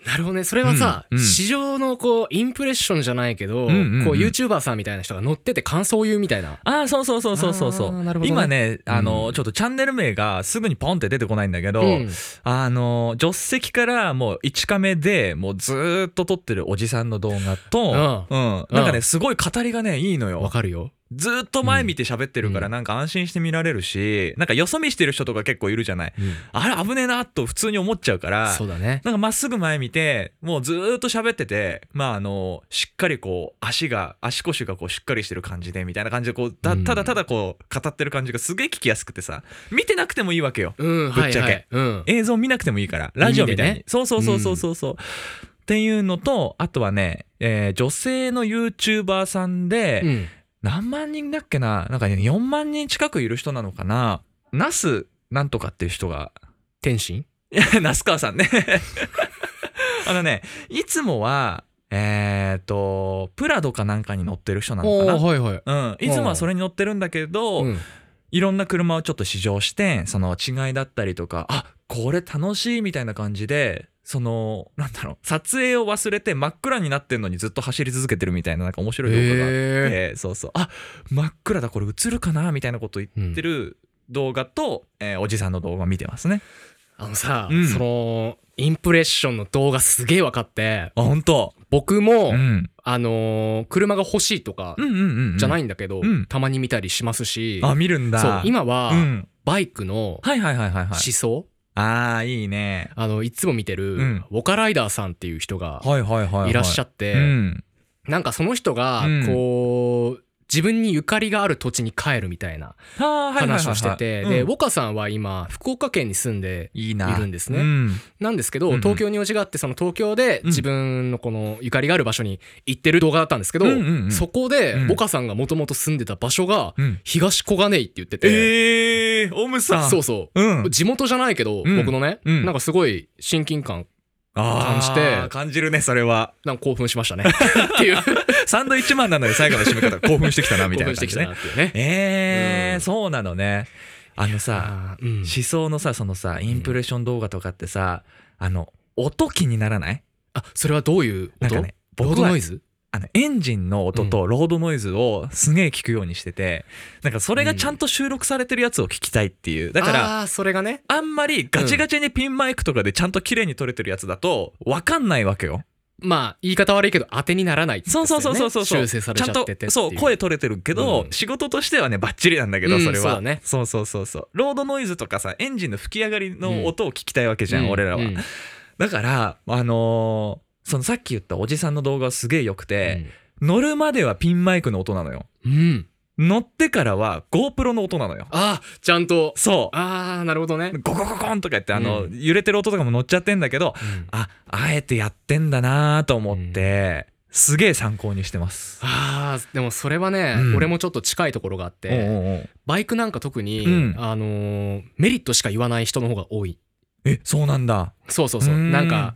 [SPEAKER 5] なるほどね。それはさ、
[SPEAKER 4] うんうん
[SPEAKER 5] 市場のこう、インプレッションじゃないけど、
[SPEAKER 4] んうんうん
[SPEAKER 5] こう、YouTuber さんみたいな人が乗ってて感想を言うみたいな。
[SPEAKER 4] ああ、そうそうそうそうそうそ
[SPEAKER 5] あー
[SPEAKER 4] う、
[SPEAKER 5] なるほどね
[SPEAKER 4] 今ね、あの、ちょっとチャンネル名がすぐにポンって出てこないんだけど、
[SPEAKER 5] うん
[SPEAKER 4] あの、助手席からもう1カメでもうずーっと撮ってるおじさんの動画と、うん、なんか
[SPEAKER 5] う
[SPEAKER 4] ね、
[SPEAKER 5] ん
[SPEAKER 4] すごい語りがね、いいのよ
[SPEAKER 5] わ。かるよ。
[SPEAKER 4] ずーっと前見て喋ってるから
[SPEAKER 5] うん
[SPEAKER 4] なんか安心して見られるし、なんかよそ見してる人とか結構いるじゃない。あれ危ねえなと普通に思っちゃうから、
[SPEAKER 5] そうだね。
[SPEAKER 4] なんかまっすぐ前見てもうずーっと喋っててまああのしっかりこう足が足腰がこうしっかりしてる感じでみたいな感じでこうた
[SPEAKER 5] うん
[SPEAKER 4] ただただこう語ってる感じがすげえ聞きやすくてさ見てなくてもいいわけよ
[SPEAKER 5] うん、
[SPEAKER 4] ぶっちゃけ
[SPEAKER 5] はいはいうん。
[SPEAKER 4] 映像見なくてもいいからラジオみたいに、
[SPEAKER 5] 耳でね
[SPEAKER 4] そうそうそうそうそうそう、っていうのとあとはね、えー女性の YouTuber さんで、
[SPEAKER 5] うん
[SPEAKER 4] 何万人だっけななんかね4万人近くいる人なのかなナスなんとかっていう人が
[SPEAKER 5] 天心
[SPEAKER 4] いや、 [LAUGHS] 那須川さんね。あのね、いつもは、えっ、と、プラドかなんかに乗ってる人なのか
[SPEAKER 5] おーはいはい。
[SPEAKER 4] な。うん、いつもはそれに乗ってるんだけど、
[SPEAKER 5] うん
[SPEAKER 4] いろんな車をちょっと試乗してその違いだったりとかあこれ楽しいみたいな感じでそのなんだろう撮影を忘れて真っ暗になってんのにずっと走り続けてるみたいななんか面白い動画があって、
[SPEAKER 5] へ
[SPEAKER 4] そうそうあ真っ暗だこれ映るかなみたいなこと言ってる動画と、えーおじさんの動画見てますね。
[SPEAKER 5] あのさ、
[SPEAKER 4] うん
[SPEAKER 5] その、インプレッションの動画すげえ分かって、
[SPEAKER 4] あ本当
[SPEAKER 5] 僕も、
[SPEAKER 4] うん、
[SPEAKER 5] あのー車が欲しいとか
[SPEAKER 4] うんうんうんうん
[SPEAKER 5] じゃないんだけど、
[SPEAKER 4] うん
[SPEAKER 5] たまに見たりしますし、
[SPEAKER 4] あ見るんだ
[SPEAKER 5] そう、今は、
[SPEAKER 4] うん、
[SPEAKER 5] バイクの
[SPEAKER 4] はいはいはいはいは
[SPEAKER 5] 思
[SPEAKER 4] い
[SPEAKER 5] 想、
[SPEAKER 4] ああいいね
[SPEAKER 5] あの、いつも見てる、
[SPEAKER 4] うん
[SPEAKER 5] ウォカライダーさんっていう人が
[SPEAKER 4] はいはいはいはい
[SPEAKER 5] いらっしゃ
[SPEAKER 4] っ
[SPEAKER 5] って、
[SPEAKER 4] うん、
[SPEAKER 5] なんかその人が
[SPEAKER 4] うん、
[SPEAKER 5] こう、自分にゆかりがある土地に帰るみたいな話をしてて、で、ウ
[SPEAKER 4] 僕
[SPEAKER 5] ォカさんは今、福岡県に住んで
[SPEAKER 4] いいない
[SPEAKER 5] るんですね
[SPEAKER 4] うん
[SPEAKER 5] なんですけ
[SPEAKER 4] う
[SPEAKER 5] ど、
[SPEAKER 4] んうん
[SPEAKER 5] 東京に用事があって、その東京で
[SPEAKER 4] うん
[SPEAKER 5] 自分のこのゆかりがある場所に行ってる動画だったんですけど
[SPEAKER 4] うんうんうん、
[SPEAKER 5] そこで
[SPEAKER 4] うん、
[SPEAKER 5] ボカさんがもともと住んでた場所が
[SPEAKER 4] うん、
[SPEAKER 5] 東小金井って言ってて、
[SPEAKER 4] ええー、オムさん
[SPEAKER 5] そう
[SPEAKER 4] う
[SPEAKER 5] そう。
[SPEAKER 4] ん
[SPEAKER 5] 地元じゃないけど、
[SPEAKER 4] うん
[SPEAKER 5] 僕のね、
[SPEAKER 4] うん
[SPEAKER 5] なんかすごい親近感、
[SPEAKER 4] あー
[SPEAKER 5] 感じて
[SPEAKER 4] 感じるねそれは
[SPEAKER 5] なんか興奮しましたね。
[SPEAKER 4] [LAUGHS]
[SPEAKER 5] っていう、
[SPEAKER 4] サンドイッチマンなのに最後の締め方興奮してきたなみた
[SPEAKER 5] 興
[SPEAKER 4] いな
[SPEAKER 5] 奮して
[SPEAKER 4] 感
[SPEAKER 5] き
[SPEAKER 4] じ
[SPEAKER 5] た
[SPEAKER 4] ね
[SPEAKER 5] なっていうね。
[SPEAKER 4] ええー
[SPEAKER 5] うん
[SPEAKER 4] そうなのねあの
[SPEAKER 5] あ
[SPEAKER 4] さ
[SPEAKER 5] ーうん
[SPEAKER 4] 思想のさそのさインプレッション動画とかってさ、あの音気にならない
[SPEAKER 5] あ、それはどういう
[SPEAKER 4] なん
[SPEAKER 5] 音
[SPEAKER 4] かね
[SPEAKER 5] ロー
[SPEAKER 4] 僕
[SPEAKER 5] ド
[SPEAKER 4] は
[SPEAKER 5] ノイズ
[SPEAKER 4] あのエンジンの音とロードノイズをすげえ聞くようにしてて、なんかそれがちゃんと収録されてるやつを聞きたいっていうだから
[SPEAKER 5] あーそれがね。
[SPEAKER 4] あんまりガチガチにピンマイクとかでちゃんと綺麗に撮れてるやつだとわかんないわけよ。
[SPEAKER 5] まあ、言い方悪いけど、当てにならないって
[SPEAKER 4] そ
[SPEAKER 5] や
[SPEAKER 4] う
[SPEAKER 5] つだ
[SPEAKER 4] そ
[SPEAKER 5] よ
[SPEAKER 4] う
[SPEAKER 5] ね。
[SPEAKER 4] そうそうそうそう
[SPEAKER 5] 修正されちゃっててってい
[SPEAKER 4] ちゃんとそう声取れてるけど、
[SPEAKER 5] うん
[SPEAKER 4] 仕事としてはねバッチリなんだけど
[SPEAKER 5] うん
[SPEAKER 4] それは、
[SPEAKER 5] そうだね
[SPEAKER 4] そうそうそうそうロードノイズとかさエンジンの吹き上がりの音を聞きたいわけじゃん、
[SPEAKER 5] うん
[SPEAKER 4] 俺らは、
[SPEAKER 5] うん
[SPEAKER 4] だからあのーそのさっき言ったおじさんの動画はすげえ良くて、乗るまではピンマイクの音なのよ
[SPEAKER 5] うん。
[SPEAKER 4] 乗ってからは GoPro の音なのよ。
[SPEAKER 5] あーちゃんと。
[SPEAKER 4] そう。
[SPEAKER 5] あーなるほどね。
[SPEAKER 4] ゴコゴコンとか言ってあの、
[SPEAKER 5] うん
[SPEAKER 4] 揺れてる音とかも乗っちゃってんだけど、あ、あえてやってんだなと思って、すげえ参考にしてます。
[SPEAKER 5] あーでもそれはね、
[SPEAKER 4] うん
[SPEAKER 5] 俺もちょっと近いところがあって、
[SPEAKER 4] おうおうおう
[SPEAKER 5] バイクなんか特に、
[SPEAKER 4] うん
[SPEAKER 5] あのーメリットしか言わない人の方が多い
[SPEAKER 4] え、そうなんだ。
[SPEAKER 5] そうそうそう
[SPEAKER 4] うん
[SPEAKER 5] なんか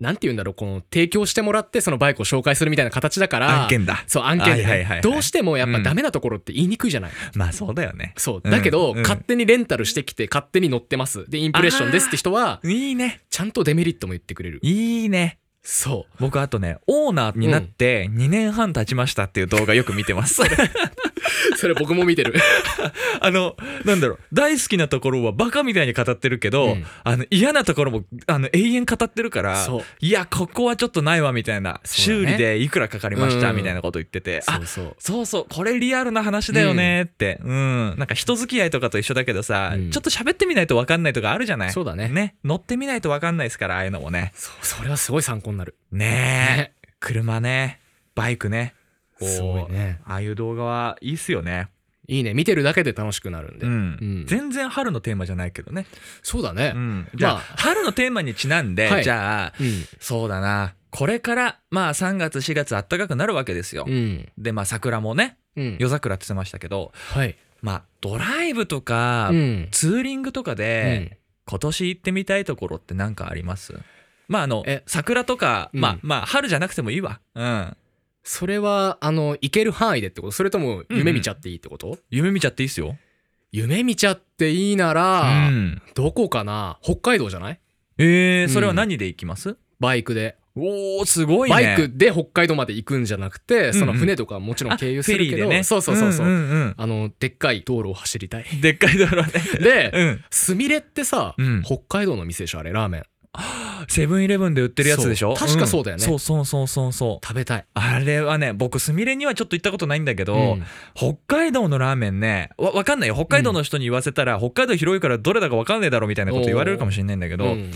[SPEAKER 5] なんて言うんだろうこの提供してもらってそのバイクを紹介するみたいな形だから
[SPEAKER 4] 案件だ。
[SPEAKER 5] そう案件でね、
[SPEAKER 4] はいはいはいはい
[SPEAKER 5] どうしてもやっ
[SPEAKER 4] う
[SPEAKER 5] ぱ
[SPEAKER 4] ん
[SPEAKER 5] ダメなところって言いにくいじゃない、
[SPEAKER 4] まあそうだよね。
[SPEAKER 5] そうだけど、
[SPEAKER 4] うんうん
[SPEAKER 5] 勝手にレンタルしてきて勝手に乗ってますでインプレッションですって人はい
[SPEAKER 4] いね。
[SPEAKER 5] ちゃんとデメリットも言ってくれる
[SPEAKER 4] いいね。
[SPEAKER 5] そ
[SPEAKER 4] 僕あとね、オーナーになって2年半経ちましたっていう動画よく見
[SPEAKER 5] [LAUGHS]
[SPEAKER 4] てます。 [LAUGHS]
[SPEAKER 5] うそれ僕も見てる
[SPEAKER 4] あの、なんだろう、大好きなところはバカみたいに語ってるけど、
[SPEAKER 5] うん
[SPEAKER 4] あの嫌なところもあの永遠語ってるから
[SPEAKER 5] そう、
[SPEAKER 4] いや、ここはちょっとないわみたいな、
[SPEAKER 5] そうだ
[SPEAKER 4] 修
[SPEAKER 5] ね
[SPEAKER 4] 理でいくらかかりました
[SPEAKER 5] うん
[SPEAKER 4] みたいなこと言ってて、
[SPEAKER 5] そ
[SPEAKER 4] あ
[SPEAKER 5] うそう
[SPEAKER 4] そうそう、これリアルな話だよねって、うん、なんか人付き合いとかと一緒だけどさ、
[SPEAKER 5] うん
[SPEAKER 4] ちょっと喋ってみないと分かんないとかあるじゃない。
[SPEAKER 5] そうだね
[SPEAKER 4] ね、乗ってみないと分かんないですから、ああいうのもね。
[SPEAKER 5] そうそれはすごい参考になる
[SPEAKER 4] ねえ、車ね、バイクね、こう
[SPEAKER 5] すごいね
[SPEAKER 4] ああいう動画はいいっすよね。
[SPEAKER 5] いいね見てるだけで楽しくなるんで、
[SPEAKER 4] うん
[SPEAKER 5] うん
[SPEAKER 4] 全然春のテーマじゃないけどね。
[SPEAKER 5] そうだね、
[SPEAKER 4] うん、じ
[SPEAKER 5] じ
[SPEAKER 4] ゃ
[SPEAKER 5] ゃ
[SPEAKER 4] あ、
[SPEAKER 5] あ
[SPEAKER 4] 春のテーマにちなんで、
[SPEAKER 5] はい
[SPEAKER 4] じゃあ、
[SPEAKER 5] うん
[SPEAKER 4] そうだなこれからまあ3月4月暖かくなるわけですよ。
[SPEAKER 5] うん
[SPEAKER 4] でまあ桜もね
[SPEAKER 5] うん
[SPEAKER 4] 夜桜って言ってましたけど
[SPEAKER 5] はい
[SPEAKER 4] まあドライブとか、
[SPEAKER 5] うん
[SPEAKER 4] ツーリングとかで、今年行ってみたいところって何かありますまああの
[SPEAKER 5] え
[SPEAKER 4] 桜とか、まあ
[SPEAKER 5] うん
[SPEAKER 4] まあ春じゃなくてもいいわ。うん。
[SPEAKER 5] それはあの行ける範囲でってことそれとも夢見ちゃっていいってこと、
[SPEAKER 4] 夢見ちゃっていいっすよ。
[SPEAKER 5] 夢見ちゃっていいな
[SPEAKER 4] う
[SPEAKER 5] ら、
[SPEAKER 4] ん。
[SPEAKER 5] どこかな北海道じゃない
[SPEAKER 4] えー、それは何で行きます、
[SPEAKER 5] バイクで。
[SPEAKER 4] おおすごいね
[SPEAKER 5] バイクで北海道まで行くんじゃなくて、その
[SPEAKER 4] うんうん
[SPEAKER 5] 船とかもちろん
[SPEAKER 4] あ
[SPEAKER 5] 経由するけ
[SPEAKER 4] フェリー
[SPEAKER 5] ど、
[SPEAKER 4] でね
[SPEAKER 5] そうそうそうそう、
[SPEAKER 4] んうん
[SPEAKER 5] あのでっかい道路を走りた
[SPEAKER 4] [LAUGHS]
[SPEAKER 5] い
[SPEAKER 4] うんでっかい道路
[SPEAKER 5] [LAUGHS]
[SPEAKER 4] ね
[SPEAKER 5] で、
[SPEAKER 4] うん
[SPEAKER 5] スミレってさ、
[SPEAKER 4] うん
[SPEAKER 5] 北海道の店でしょあれラーメン
[SPEAKER 4] セブンイレブンで売ってるやつでしょ
[SPEAKER 5] そう確かそうだよね
[SPEAKER 4] そうそうそうそうそう
[SPEAKER 5] 食べたい、
[SPEAKER 4] あれはね僕スミレにはちょっと行ったことないんだけど、
[SPEAKER 5] うん
[SPEAKER 4] 北海道のラーメンねわわかんないよ北海道の人に言わせたら、北海道広いからどれだかわかんねえだろみたいなこと言われるかもしれないんだけど、
[SPEAKER 5] うん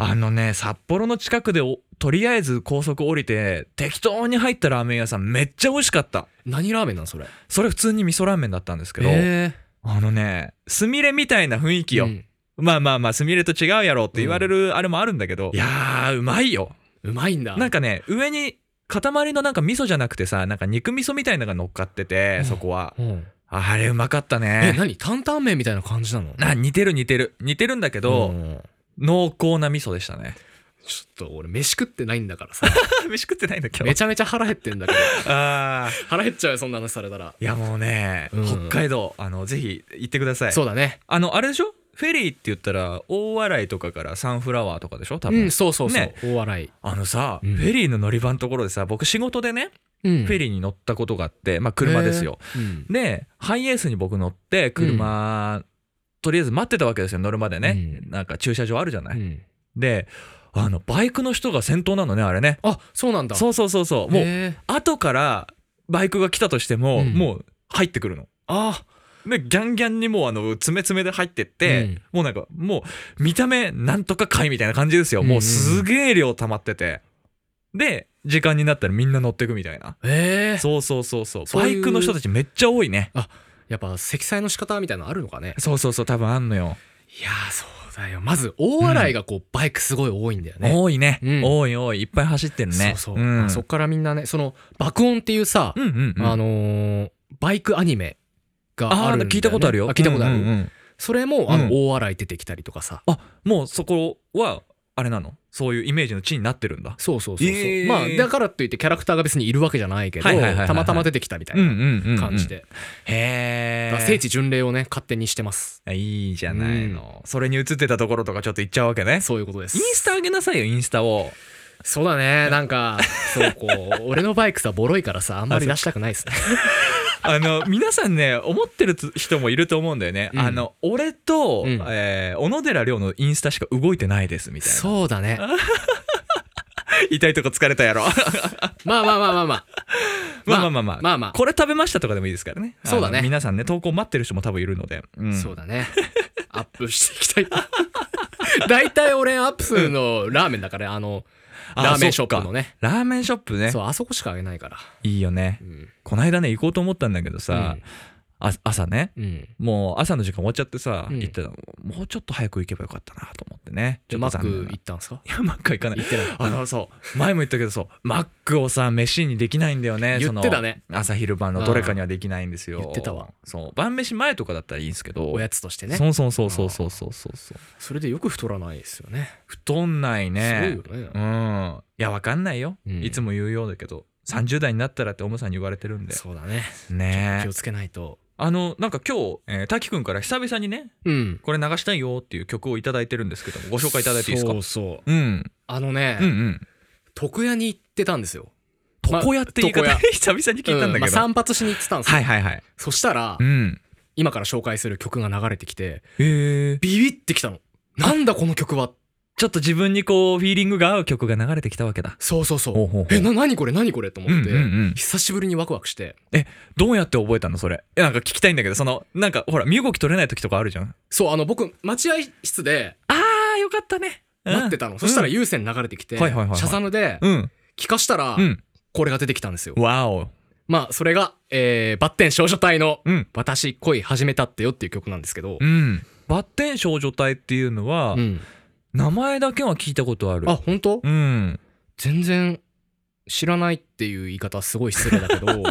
[SPEAKER 4] あのね札幌の近くでおとりあえず高速降りて適当に入ったラーメン屋さんめっちゃ美味しかった
[SPEAKER 5] 何ラーメンなんそれ
[SPEAKER 4] それ普通に味噌ラーメンだったんですけど、
[SPEAKER 5] え
[SPEAKER 4] あのねスミレみたいな雰囲気
[SPEAKER 5] ー
[SPEAKER 4] よ、
[SPEAKER 5] うん
[SPEAKER 4] まあまあまあスミレと違うやろって言われるあれもあるんだけど、いやーうまいよ
[SPEAKER 5] うまいんだ
[SPEAKER 4] なんかね上に塊のなんか味噌じゃなくてさなんか肉味噌みたいなのが乗っかってて、
[SPEAKER 5] うん
[SPEAKER 4] そこは
[SPEAKER 5] うん
[SPEAKER 4] あれうまかった
[SPEAKER 5] え
[SPEAKER 4] ね
[SPEAKER 5] 何担々麺みたいな感じなの
[SPEAKER 4] な似てる似てる似てるんだけど、
[SPEAKER 5] うん
[SPEAKER 4] 濃厚な味噌でしたね [LAUGHS]
[SPEAKER 5] ちょっと俺飯食ってないんだからさ
[SPEAKER 4] 飯食ってないんだ今
[SPEAKER 5] めちゃめちゃ腹減ってんだけど
[SPEAKER 4] ああ
[SPEAKER 5] 腹減っちゃうよそんな話されたら
[SPEAKER 4] いやもうね、
[SPEAKER 5] うん
[SPEAKER 4] 北海道あのぜひ行ってください
[SPEAKER 5] そうだね
[SPEAKER 4] あのあれでしょフェリーって言ったら大洗とかからサンフラワーとかでしょ多
[SPEAKER 5] う
[SPEAKER 4] 分、
[SPEAKER 5] んそうそうそう、
[SPEAKER 4] ね
[SPEAKER 5] 大笑い、
[SPEAKER 4] あのさ、
[SPEAKER 5] うん
[SPEAKER 4] フェリーの乗り場のところでさ僕仕事でね、
[SPEAKER 5] うん
[SPEAKER 4] フェリーに乗ったことがあってまあ車ですよ、
[SPEAKER 5] うん
[SPEAKER 4] でハイエースに僕乗って車、とりあえず待ってたわけですよ乗るまでね、
[SPEAKER 5] うん
[SPEAKER 4] なんか駐車場あるじゃない、
[SPEAKER 5] うん
[SPEAKER 4] であのバイクの人が先頭なのねあれね
[SPEAKER 5] あそうなんだ
[SPEAKER 4] そうそうそうそうもう
[SPEAKER 5] へー
[SPEAKER 4] 後からバイクが来たとして
[SPEAKER 5] う
[SPEAKER 4] も、
[SPEAKER 5] ん
[SPEAKER 4] もう入ってくるの
[SPEAKER 5] あ
[SPEAKER 4] でギャンギャンにもうあの爪爪で入ってって、
[SPEAKER 5] うん
[SPEAKER 4] もうなんかもう見た目なんとか貝みたいな感じですよ、もうすげえ量溜まっててで時間になったらみんな乗ってくみたいな
[SPEAKER 5] えー
[SPEAKER 4] そうそうそうそう
[SPEAKER 5] そう
[SPEAKER 4] バ
[SPEAKER 5] いう
[SPEAKER 4] イクの人たちめっちゃ多いね
[SPEAKER 5] やっぱ積載の仕方みたいなのあるのかね
[SPEAKER 4] そうそうそう多分あんのよ、
[SPEAKER 5] いやーそうだよまず大洗がこう、バイクすごい多いんだよね
[SPEAKER 4] 多いね、
[SPEAKER 5] うん
[SPEAKER 4] 多い多いいっぱい走ってるね
[SPEAKER 5] そうそう、
[SPEAKER 4] ん、
[SPEAKER 5] あそっからみんなねその爆音っていうさ、
[SPEAKER 4] うんうんうん
[SPEAKER 5] あのーバイクアニメが
[SPEAKER 4] あ
[SPEAKER 5] あるんだよ、ね、
[SPEAKER 4] ー聞いたことあるよ
[SPEAKER 5] 聞いたことある、
[SPEAKER 4] うんうんうん
[SPEAKER 5] それもあの、
[SPEAKER 4] うん
[SPEAKER 5] 大洗出てきたりとかさ
[SPEAKER 4] あもうそこはあれなのそういうイメージの地になってるんだ
[SPEAKER 5] そうそうそうそう、
[SPEAKER 4] えー
[SPEAKER 5] まあだからといってキャラクターが別にいるわけじゃないけど、
[SPEAKER 4] はいはいはいはいはい
[SPEAKER 5] たまたま出てきたみたい
[SPEAKER 4] うんう
[SPEAKER 5] なん
[SPEAKER 4] うんうん
[SPEAKER 5] 感じで、
[SPEAKER 4] へ
[SPEAKER 5] だから
[SPEAKER 4] え
[SPEAKER 5] 聖地巡礼をね勝手にしてます
[SPEAKER 4] あいいじゃないの、それに映ってたところとかちょっと行っちゃうわけね
[SPEAKER 5] そういうことです
[SPEAKER 4] インスタ上げなさいよインスタを
[SPEAKER 5] そうだねなんかそうこう俺のバイクさボロいからさあんまり出したくないです
[SPEAKER 4] [LAUGHS]
[SPEAKER 5] ね [LAUGHS]
[SPEAKER 4] あの皆さんね思ってる人もいると思うんだよね、
[SPEAKER 5] うん
[SPEAKER 4] あの俺と、
[SPEAKER 5] うん
[SPEAKER 4] えー小野寺亮のインスタしか動いてないですみたいな
[SPEAKER 5] そうだね
[SPEAKER 4] 痛いとこ疲れたやろ
[SPEAKER 5] まあまあまあまあまあ
[SPEAKER 4] まあまあまあまあ
[SPEAKER 5] まあまあ
[SPEAKER 4] これ食べましたとかでもいいですからね
[SPEAKER 5] そうだね
[SPEAKER 4] あの皆さんね投稿待ってる人も多分いるので、うん
[SPEAKER 5] そうだね。アップしていきたい。大体俺アップするのラーメンだから、あの、
[SPEAKER 4] あ
[SPEAKER 5] ラーメンショップのね。
[SPEAKER 4] ラーメンショップね
[SPEAKER 5] そう、あそこしかあげないから。
[SPEAKER 4] いいよね
[SPEAKER 5] うん。
[SPEAKER 4] こないだね行こうと思ったんだけどさ、
[SPEAKER 5] うん
[SPEAKER 4] あ朝ね
[SPEAKER 5] うん。
[SPEAKER 4] もう朝の時間終わっちゃってさ、
[SPEAKER 5] うん
[SPEAKER 4] 行ってたのもうちょっと早く行けばよかったなと思ってねち
[SPEAKER 5] じゃ
[SPEAKER 4] ょ
[SPEAKER 5] あマ
[SPEAKER 4] っと
[SPEAKER 5] ッ
[SPEAKER 4] 残
[SPEAKER 5] ク
[SPEAKER 4] 念な
[SPEAKER 5] 行ったんですか
[SPEAKER 4] いやマックは行かない
[SPEAKER 5] 行ってない。
[SPEAKER 4] [LAUGHS] あのそう前も言ったけどそうマックをさ飯にできないんだよね
[SPEAKER 5] 言ってたね
[SPEAKER 4] その朝昼晩のどれかにはできないんですよ
[SPEAKER 5] うん言ってたわ
[SPEAKER 4] そう晩飯前とかだったらいいんですけど
[SPEAKER 5] おやつとしてね。
[SPEAKER 4] そうそうそうそうそうそうそう
[SPEAKER 5] それでよく太らないですよね。
[SPEAKER 4] 太んないね
[SPEAKER 5] すごいよ
[SPEAKER 4] う
[SPEAKER 5] ね。
[SPEAKER 4] んいやわかんないよ、
[SPEAKER 5] うん
[SPEAKER 4] いつも言うようだけど30代になったらっておむさんに言われてるんで
[SPEAKER 5] そうだね。
[SPEAKER 4] ね
[SPEAKER 5] 気をつけないと。
[SPEAKER 4] あのなんか今日、えー、滝くんから久々にね
[SPEAKER 5] うん。
[SPEAKER 4] これ流したいよっていう曲を頂いただいてるんですけどもご紹介いただいていいですか
[SPEAKER 5] そうそう。
[SPEAKER 4] うん
[SPEAKER 5] あの
[SPEAKER 4] うんう
[SPEAKER 5] ね、
[SPEAKER 4] ん
[SPEAKER 5] 床屋に行ってたんですよ。まあ
[SPEAKER 4] 床屋って言い方、
[SPEAKER 5] 床屋
[SPEAKER 4] [LAUGHS] 久々に聞いたんだ
[SPEAKER 5] うまあ
[SPEAKER 4] けど、
[SPEAKER 5] 散髪しに行ってたんです
[SPEAKER 4] は
[SPEAKER 5] よ
[SPEAKER 4] い。はいはい
[SPEAKER 5] そしたら
[SPEAKER 4] う、ん
[SPEAKER 5] 今から紹介する曲が流れてきて、
[SPEAKER 4] へえ
[SPEAKER 5] ビビってきたの。なんだこの曲は。
[SPEAKER 4] ちょっと自分にこうフィーリングが合う曲が流れてきたわけだ
[SPEAKER 5] そうそうそう。
[SPEAKER 4] ほうほうほう
[SPEAKER 5] えな何これ何これと思って、
[SPEAKER 4] うんうんうん
[SPEAKER 5] 久しぶりにワクワクして
[SPEAKER 4] どうやって覚えたのそれえなんか聞きたいんだけどそのなんかほら身動き取れない時とかあるじゃん
[SPEAKER 5] そうあの僕待合室で
[SPEAKER 4] あーよかったね
[SPEAKER 5] 待ってたの、そしたら
[SPEAKER 4] うん
[SPEAKER 5] 有線流れてきて、
[SPEAKER 4] はいはいはいはい
[SPEAKER 5] シャザムで
[SPEAKER 4] うん
[SPEAKER 5] 聞かしたら、
[SPEAKER 4] うん
[SPEAKER 5] これが出てきたんですよ、
[SPEAKER 4] わお
[SPEAKER 5] まあそれが、えーバッテン少女隊の
[SPEAKER 4] うん
[SPEAKER 5] 「私恋始めたってよ」っていう曲なんですけど、
[SPEAKER 4] うんバッテン少女隊っていうのは、
[SPEAKER 5] うん
[SPEAKER 4] 名前だけは聞いたことある
[SPEAKER 5] あ本当、
[SPEAKER 4] うん
[SPEAKER 5] 全然知らないっていう言い方すごい失礼だけ
[SPEAKER 4] [LAUGHS]
[SPEAKER 5] ど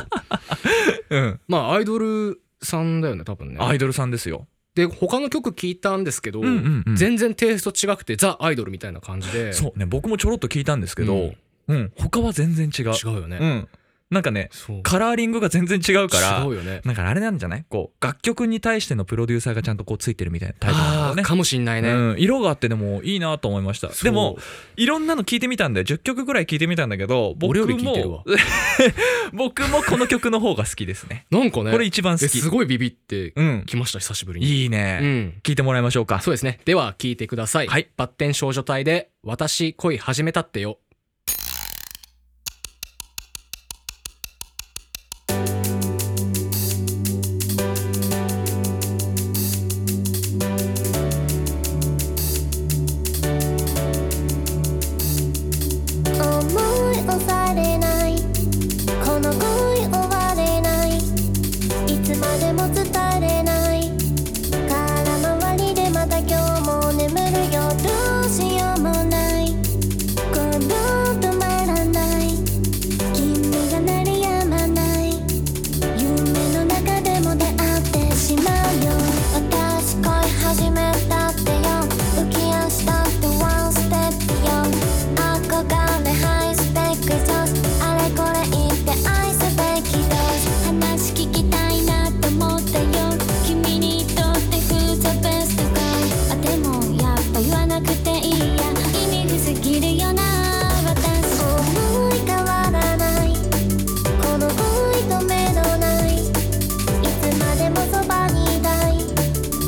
[SPEAKER 4] うん
[SPEAKER 5] まあアイドルさんだよね多分ね
[SPEAKER 4] アイドルさんですよ
[SPEAKER 5] で他の曲聞いたんですけど、
[SPEAKER 4] うんうんうん
[SPEAKER 5] 全然テイスト違くてザ・アイドルみたいな感じで
[SPEAKER 4] そうね僕もちょろっと聞いたんですけ
[SPEAKER 5] う
[SPEAKER 4] ど
[SPEAKER 5] ん、
[SPEAKER 4] うん、他は全然違う
[SPEAKER 5] 違うよね、
[SPEAKER 4] うんなんかね
[SPEAKER 5] そう
[SPEAKER 4] カラーリングが全然違うから
[SPEAKER 5] 違うよね
[SPEAKER 4] なんかあれなんじゃないこう楽曲に対してのプロデューサーがちゃんとこうついてるみたいなタイプなんだろ
[SPEAKER 5] あ
[SPEAKER 4] う
[SPEAKER 5] あ
[SPEAKER 4] ね
[SPEAKER 5] かもしんないね、
[SPEAKER 4] うん、色があってでもいいなと思いました
[SPEAKER 5] そう
[SPEAKER 4] でもいろんなの聞いてみたんで10曲ぐらい聞いてみたんだけど僕
[SPEAKER 5] 俺より聞いてるわ
[SPEAKER 4] も [LAUGHS] 僕もこの曲の方が好きですね
[SPEAKER 5] なんかね
[SPEAKER 4] これ一番好
[SPEAKER 5] え
[SPEAKER 4] き
[SPEAKER 5] すごいビビって
[SPEAKER 4] うん
[SPEAKER 5] きました久しぶりに
[SPEAKER 4] いいうね、
[SPEAKER 5] ん
[SPEAKER 4] 聞いてもらいましょうか
[SPEAKER 5] そうですねでは聞いてください、
[SPEAKER 4] はい、
[SPEAKER 5] バッテン少女隊で「私恋始めたってよ
[SPEAKER 6] 思い押されないこの恋終われないいつまでも伝れない空回りでまた今日も眠るよどうしようもないこの止まらない君が鳴り止まない夢の中でも出会ってしまうよ私恋始めたってよ浮き足立ってワンステップよ憧れハイスペック女子あれこれ言って愛すべきです話聞きたいなと思ったよ君にとってフーザベストかあでもやっぱ言わなくていいや意味不すぎるよな私思い変わらないこの恋と目のないいつまでもそばにいたい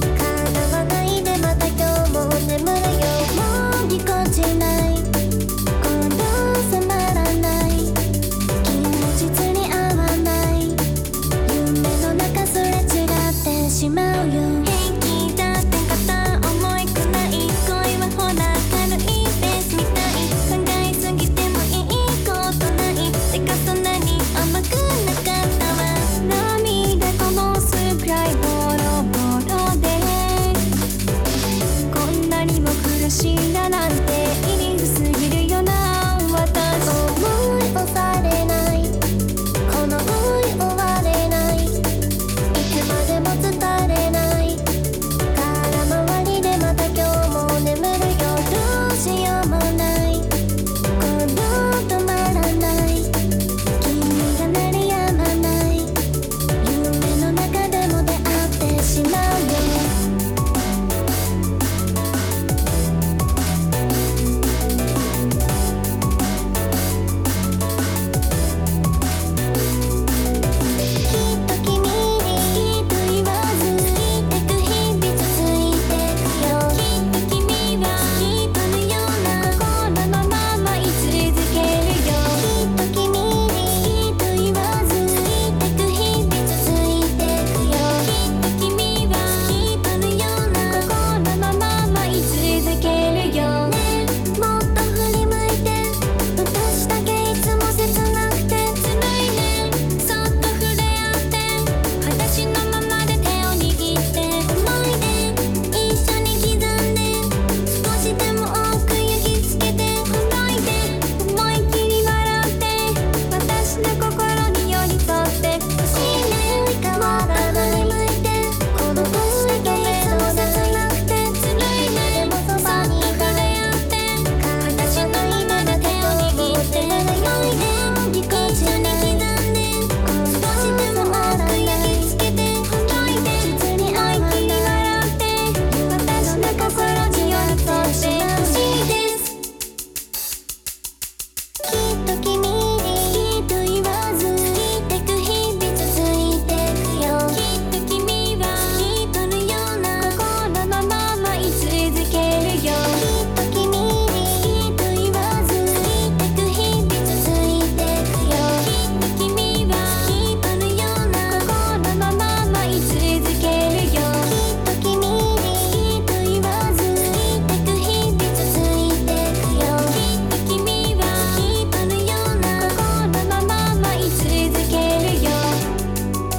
[SPEAKER 6] 叶わないでまた今日も眠るよもうぎこちない今度迫らない気持ちつに合わない夢の中すれ違ってしまうよ平気だって片思いくない恋はほら軽いですみたい考えすぎてもいいことないてかそんなに甘くなかったわ涙こぼすくらいボロボロでこんなにも苦しいだなんて意味不すぎるよな私思い押されないこの恋終われないいつまでも伝れない空回りでまた今日も眠るよどうしようもない今度止まらない君が鳴り止まない夢の中でも出会ってしまうよきっと君にきっと言わず生きてく日々続いてくよきっと君はきっとのような心のまま居続けるよきっと君にきっと言わず生きてく日々続いてくよきっと君はきっとのような心のまま居続けるよねもっと振り向いて私だけいつも切なくてつないでそっと触れ合って私のままで手を握って思い出一緒に刻んで少しでも多く焼き付けて届いて思いっきり笑って私の心に寄り添って欲しいね追い変わらない向いてこの星だけいつも切なくてついねそっと触れ合って私の今だ手を握って思い出一緒に刻んで少しでも多く焼き付けて届いて実に愛きに笑って私の心に寄り添って欲しいですきっと君にきっと言わず生きてく日々続いてくよきっと君はきっとのような心のまま居続けるよきっと君にきっと言わず生きてく日々続いてくよきっと君はきっとのような心のまま居続けるよきっと君にきっと言わず生きてく日々続いてくよきっと君はきっとのような心のまま居続けるよ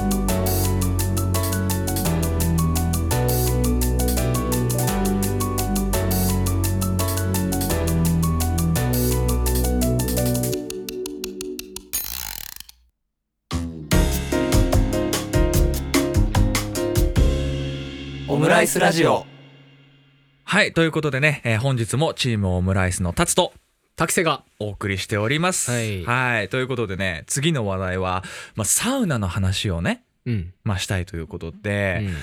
[SPEAKER 3] オムライスラジオ
[SPEAKER 4] はいということでね、えー本日もチームオムライスのタツと
[SPEAKER 5] 滝瀬が
[SPEAKER 4] お送りしております。
[SPEAKER 5] はい
[SPEAKER 4] ということでね次の話題は、まあ、サウナの話をね、
[SPEAKER 5] うん
[SPEAKER 4] まあ、したいということ
[SPEAKER 5] う
[SPEAKER 4] で、
[SPEAKER 5] ん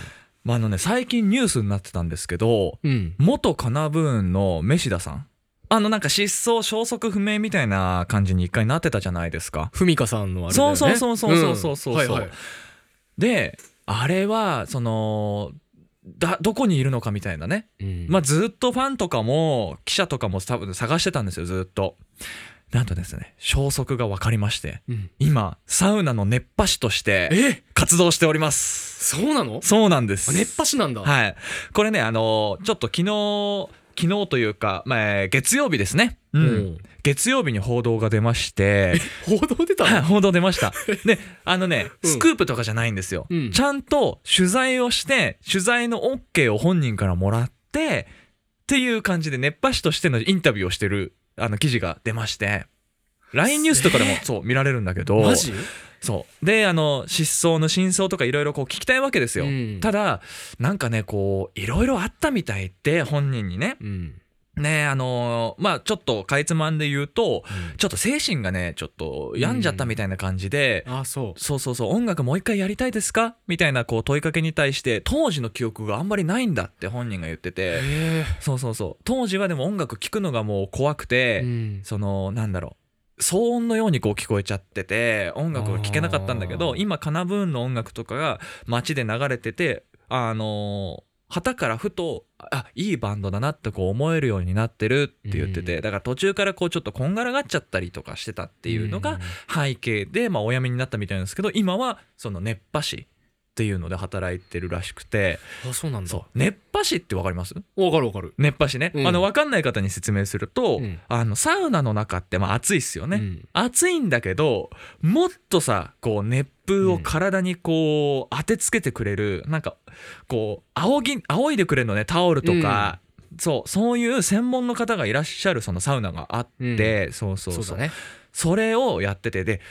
[SPEAKER 4] まあ、あのね最近ニュースになってたんですけど
[SPEAKER 5] うん
[SPEAKER 4] 元カナブーンのメシダさんあのなんか失踪消息不明みたいな感じに一回なってたじゃないですか。
[SPEAKER 5] ふみかさんのあれだよ
[SPEAKER 4] そ
[SPEAKER 5] ね
[SPEAKER 4] うそうそうそうそうそうそう、
[SPEAKER 5] んはいはい
[SPEAKER 4] であれはそのだどこにいるのかみたいなね
[SPEAKER 5] うん
[SPEAKER 4] まあ、ずっとファンとかも記者とかも多分探してたんですよずっと。なんとですね消息が分かりまして、
[SPEAKER 5] うん
[SPEAKER 4] 今サウナの熱波師として
[SPEAKER 5] え
[SPEAKER 4] 活動しております
[SPEAKER 5] そうなの
[SPEAKER 4] そうなんです
[SPEAKER 5] 熱波師なんだ
[SPEAKER 4] はいこれねあのちょっと昨日昨日というか、まあえー月曜日ですね、うん
[SPEAKER 5] うん
[SPEAKER 4] 月曜日に報道が出まして
[SPEAKER 5] 報道出た
[SPEAKER 4] はい、 [LAUGHS] 報道出ました。で、あのね、
[SPEAKER 5] うん
[SPEAKER 4] スクープとかじゃないんですよ。
[SPEAKER 5] うん
[SPEAKER 4] ちゃんと取材をして、取材の OK を本人からもらって、っていう感じで熱波師としてのインタビューをしてるあの記事が出まして、LINE ニュースとかでもそう見られるんだけど、
[SPEAKER 5] マジ
[SPEAKER 4] そう。で、あの、失踪の真相とかいろいろこう聞きたいわけですよ。
[SPEAKER 5] うん
[SPEAKER 4] ただ、なんかね、こう、いろいろあったみたいって、本人にね。
[SPEAKER 5] うん
[SPEAKER 4] ねあのーまあちょっとかいつまんで言うと、ちょっと精神がねちょっと病んじゃったみたいな感じで、
[SPEAKER 5] あそ
[SPEAKER 4] そうそうそう音楽もう一回やりたいですかみたいなこう問いかけに対して当時の記憶があんまりないんだって本人が言って
[SPEAKER 5] う
[SPEAKER 4] て
[SPEAKER 5] へ
[SPEAKER 4] そうそうそう当時はでも音楽聴くのがもう怖く
[SPEAKER 5] え
[SPEAKER 4] て、
[SPEAKER 5] うん
[SPEAKER 4] そのなんだろう騒音のようにこう聞こえちゃってて音楽が聴けなかったんだけ
[SPEAKER 5] あ
[SPEAKER 4] ど
[SPEAKER 5] ー
[SPEAKER 4] 今カナブーンの音楽とかが街で流れててあの旗からふとあいいバンドだなってこう思えるようになってるって言ってて、
[SPEAKER 5] うん
[SPEAKER 4] だから途中からこうちょっとこんがらがっちゃったりとかしてたっていうのが背景で、まあ、お辞めになったみたいなんですけど今はその熱波師っていうので働いてるらしくて
[SPEAKER 5] あそうなんだ
[SPEAKER 4] そう熱波師ってわかります
[SPEAKER 5] わかるわかる
[SPEAKER 4] 熱波師ね、
[SPEAKER 5] うん
[SPEAKER 4] あの分かんない方に説明すると、
[SPEAKER 5] うん
[SPEAKER 4] あのサウナの中ってまあ暑いっすよね、
[SPEAKER 5] うん
[SPEAKER 4] 暑いんだけどもっとさこう熱風を体にこう当てつけてくれる、なんかこう仰ぎ仰いでくれるのねタオルとか、そうそういう専門の方がいらっしゃるそのサウナがあって、そうそうそう
[SPEAKER 5] そうだね
[SPEAKER 4] それをやっててで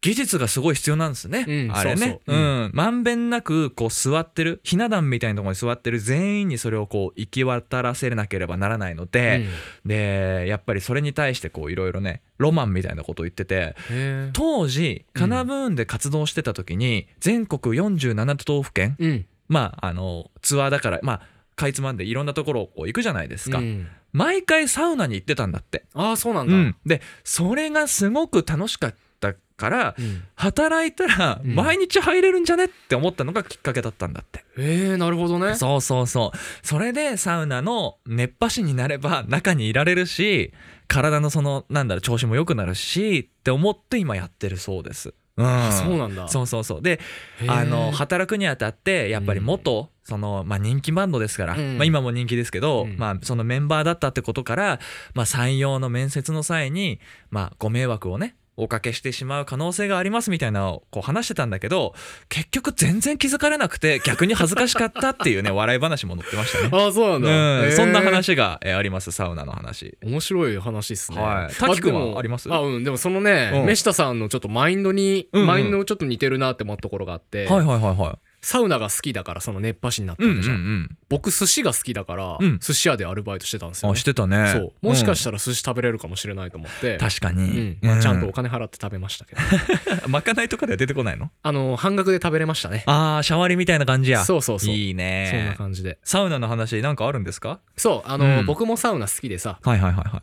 [SPEAKER 4] 技術がすごい必要なんですね、
[SPEAKER 5] うん
[SPEAKER 4] あれね
[SPEAKER 5] そうそう
[SPEAKER 4] う
[SPEAKER 5] うん
[SPEAKER 4] まんべんなくこう座ってるひな壇みたいなところに座ってる全員にそれをこう行き渡らせなければならないので、でやっぱりそれに対してこういろいろねロマンみたいなことを言ってて
[SPEAKER 5] へ
[SPEAKER 4] 当時カナブーンで活動してた時に全国47都道府県、
[SPEAKER 5] えうん
[SPEAKER 4] まああのツアーだからまあかいつまんでいろんなところをこう行くじゃないですか、
[SPEAKER 5] うん
[SPEAKER 4] 毎回サウナに行ってたんだって。
[SPEAKER 5] ああそうなん
[SPEAKER 4] う
[SPEAKER 5] だ
[SPEAKER 4] ん、でそれがすごく楽しかったから、
[SPEAKER 5] うん
[SPEAKER 4] 働いたら
[SPEAKER 5] うん
[SPEAKER 4] 毎日入れるんじゃねって思ったのがきっかけだったんだって、
[SPEAKER 5] へえなるほどね
[SPEAKER 4] そうそうそうそれでサウナの熱波師になれば中にいられるし体のそのなんだろう調子も良くなるしって思って今やってるそうです、うん、
[SPEAKER 5] あそうなんだ
[SPEAKER 4] そうそうそうで
[SPEAKER 5] へー
[SPEAKER 4] あの働くにあたってやっぱり元、そのまあ、人気バンドですから、
[SPEAKER 5] うん
[SPEAKER 4] まあ、今も人気ですけど、
[SPEAKER 5] うん
[SPEAKER 4] まあ、そのメンバーだったってことから、まあ、採用の面接の際に、まあ、ご迷惑をねおかけしてしまう可能性がありますみたいなのをこう話してたんだけど結局全然気づかれなくて逆に恥ずかしかったっ
[SPEAKER 5] [LAUGHS]
[SPEAKER 4] ていうね笑い話も載ってましたね。
[SPEAKER 5] ああそうなんだ
[SPEAKER 4] う
[SPEAKER 5] へえ
[SPEAKER 4] ん、そんな話が、えーありますサウナの話。
[SPEAKER 5] 面白い話ですね。
[SPEAKER 4] はい滝君は
[SPEAKER 5] あでも
[SPEAKER 4] あります
[SPEAKER 5] あ、うん。でもそのね、
[SPEAKER 4] うん
[SPEAKER 5] メシタさんのちょっとマインドに、
[SPEAKER 4] うんうん
[SPEAKER 5] マインドをちょっと似てるなって思うところがあって、
[SPEAKER 4] はいはいはいは
[SPEAKER 5] サウナが好きだからその熱波師になっ
[SPEAKER 4] い。
[SPEAKER 5] た
[SPEAKER 4] うんうんん
[SPEAKER 5] でし
[SPEAKER 4] う
[SPEAKER 5] ょ。
[SPEAKER 4] ん。
[SPEAKER 5] 僕寿司が好きだから、
[SPEAKER 4] うん
[SPEAKER 5] 寿司屋でアルバイトしてたんですよ、
[SPEAKER 4] あ
[SPEAKER 5] ね。
[SPEAKER 4] してたね。
[SPEAKER 5] そう。もしかし
[SPEAKER 4] した
[SPEAKER 5] ら寿司食べれるかもしれないと思って、
[SPEAKER 4] 確か
[SPEAKER 5] う
[SPEAKER 4] に
[SPEAKER 5] ん。まあ、ちゃん
[SPEAKER 4] う
[SPEAKER 5] とお金払って食べました
[SPEAKER 4] [LAUGHS]
[SPEAKER 5] けど、
[SPEAKER 4] まかないとかでは出てこないの
[SPEAKER 5] あの半額で食べれましたね。
[SPEAKER 4] ああシャワリみたいな感じや
[SPEAKER 5] そうそうそう
[SPEAKER 4] いいね
[SPEAKER 5] そんな感じで。
[SPEAKER 4] サウナの話なんかあるんですか
[SPEAKER 5] そう、あの、
[SPEAKER 4] うん
[SPEAKER 5] 僕もサウナ好きでさ、
[SPEAKER 4] はいはいはいは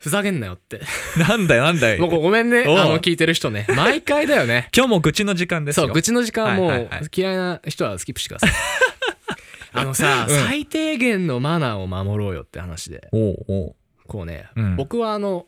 [SPEAKER 5] ふざけんなよって。
[SPEAKER 4] い [LAUGHS] なんだよなんだよ
[SPEAKER 5] もうごめんね、
[SPEAKER 4] おう
[SPEAKER 5] あの聞いてる人ね。毎回だよね。
[SPEAKER 4] 今日も愚痴の時間です
[SPEAKER 5] [LAUGHS]
[SPEAKER 4] よ
[SPEAKER 5] そう愚痴の時間はも
[SPEAKER 4] はいはいうはい
[SPEAKER 5] 嫌いな人はスキップしてくださ
[SPEAKER 4] [LAUGHS]
[SPEAKER 5] いあのさ、
[SPEAKER 4] うん
[SPEAKER 5] 最低限のマナーを守ろうよって話で
[SPEAKER 4] おうおう
[SPEAKER 5] こうね、
[SPEAKER 4] うん
[SPEAKER 5] 僕はあの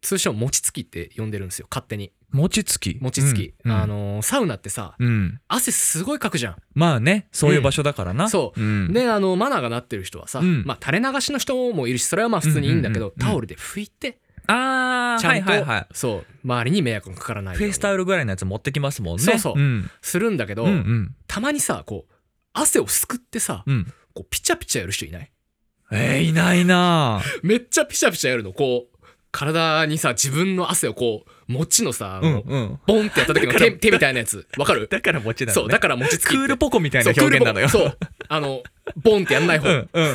[SPEAKER 5] 通称餅つきって呼んでるんですよ勝手に
[SPEAKER 4] 餅つき
[SPEAKER 5] 餅つき、
[SPEAKER 4] うん
[SPEAKER 5] あのーサウナってさ
[SPEAKER 4] うん
[SPEAKER 5] 汗すごいかくじゃん、
[SPEAKER 4] まあねそういう場所だからな、
[SPEAKER 5] そう、
[SPEAKER 4] ん
[SPEAKER 5] であのマナーがなってる人はさ、
[SPEAKER 4] うん
[SPEAKER 5] まあ垂れ流しの人もいるしそれはまあ普通にいいんだけど、
[SPEAKER 4] うんうんうんうん
[SPEAKER 5] タオルで拭いて
[SPEAKER 4] ああ
[SPEAKER 5] ち
[SPEAKER 4] は
[SPEAKER 5] ゃ
[SPEAKER 4] い
[SPEAKER 5] んと、
[SPEAKER 4] はいはい
[SPEAKER 5] そう周りに迷惑がかからない
[SPEAKER 4] フェイスタ
[SPEAKER 5] ル
[SPEAKER 4] オルぐらいのやつ持ってきますもんね
[SPEAKER 5] そうそうんするんだけど、
[SPEAKER 4] うんうん
[SPEAKER 5] たまにさこう汗をすくってさ、
[SPEAKER 4] うん
[SPEAKER 5] こうピチャピチャやる人いない
[SPEAKER 4] [LAUGHS] えー、いないなあ
[SPEAKER 5] めっちゃピシャピシャやるのこう体にさ、自分の汗をこう、餅のさ、
[SPEAKER 4] うんうん
[SPEAKER 5] ボンってやった時の手手みたいなやつ、わかる
[SPEAKER 4] だから餅なのね
[SPEAKER 5] そう、だから餅つきって。
[SPEAKER 4] クールポコみたいな表現なのよ
[SPEAKER 5] そう、クールポコそうあの、ボンってやんない方。
[SPEAKER 4] うんうんうん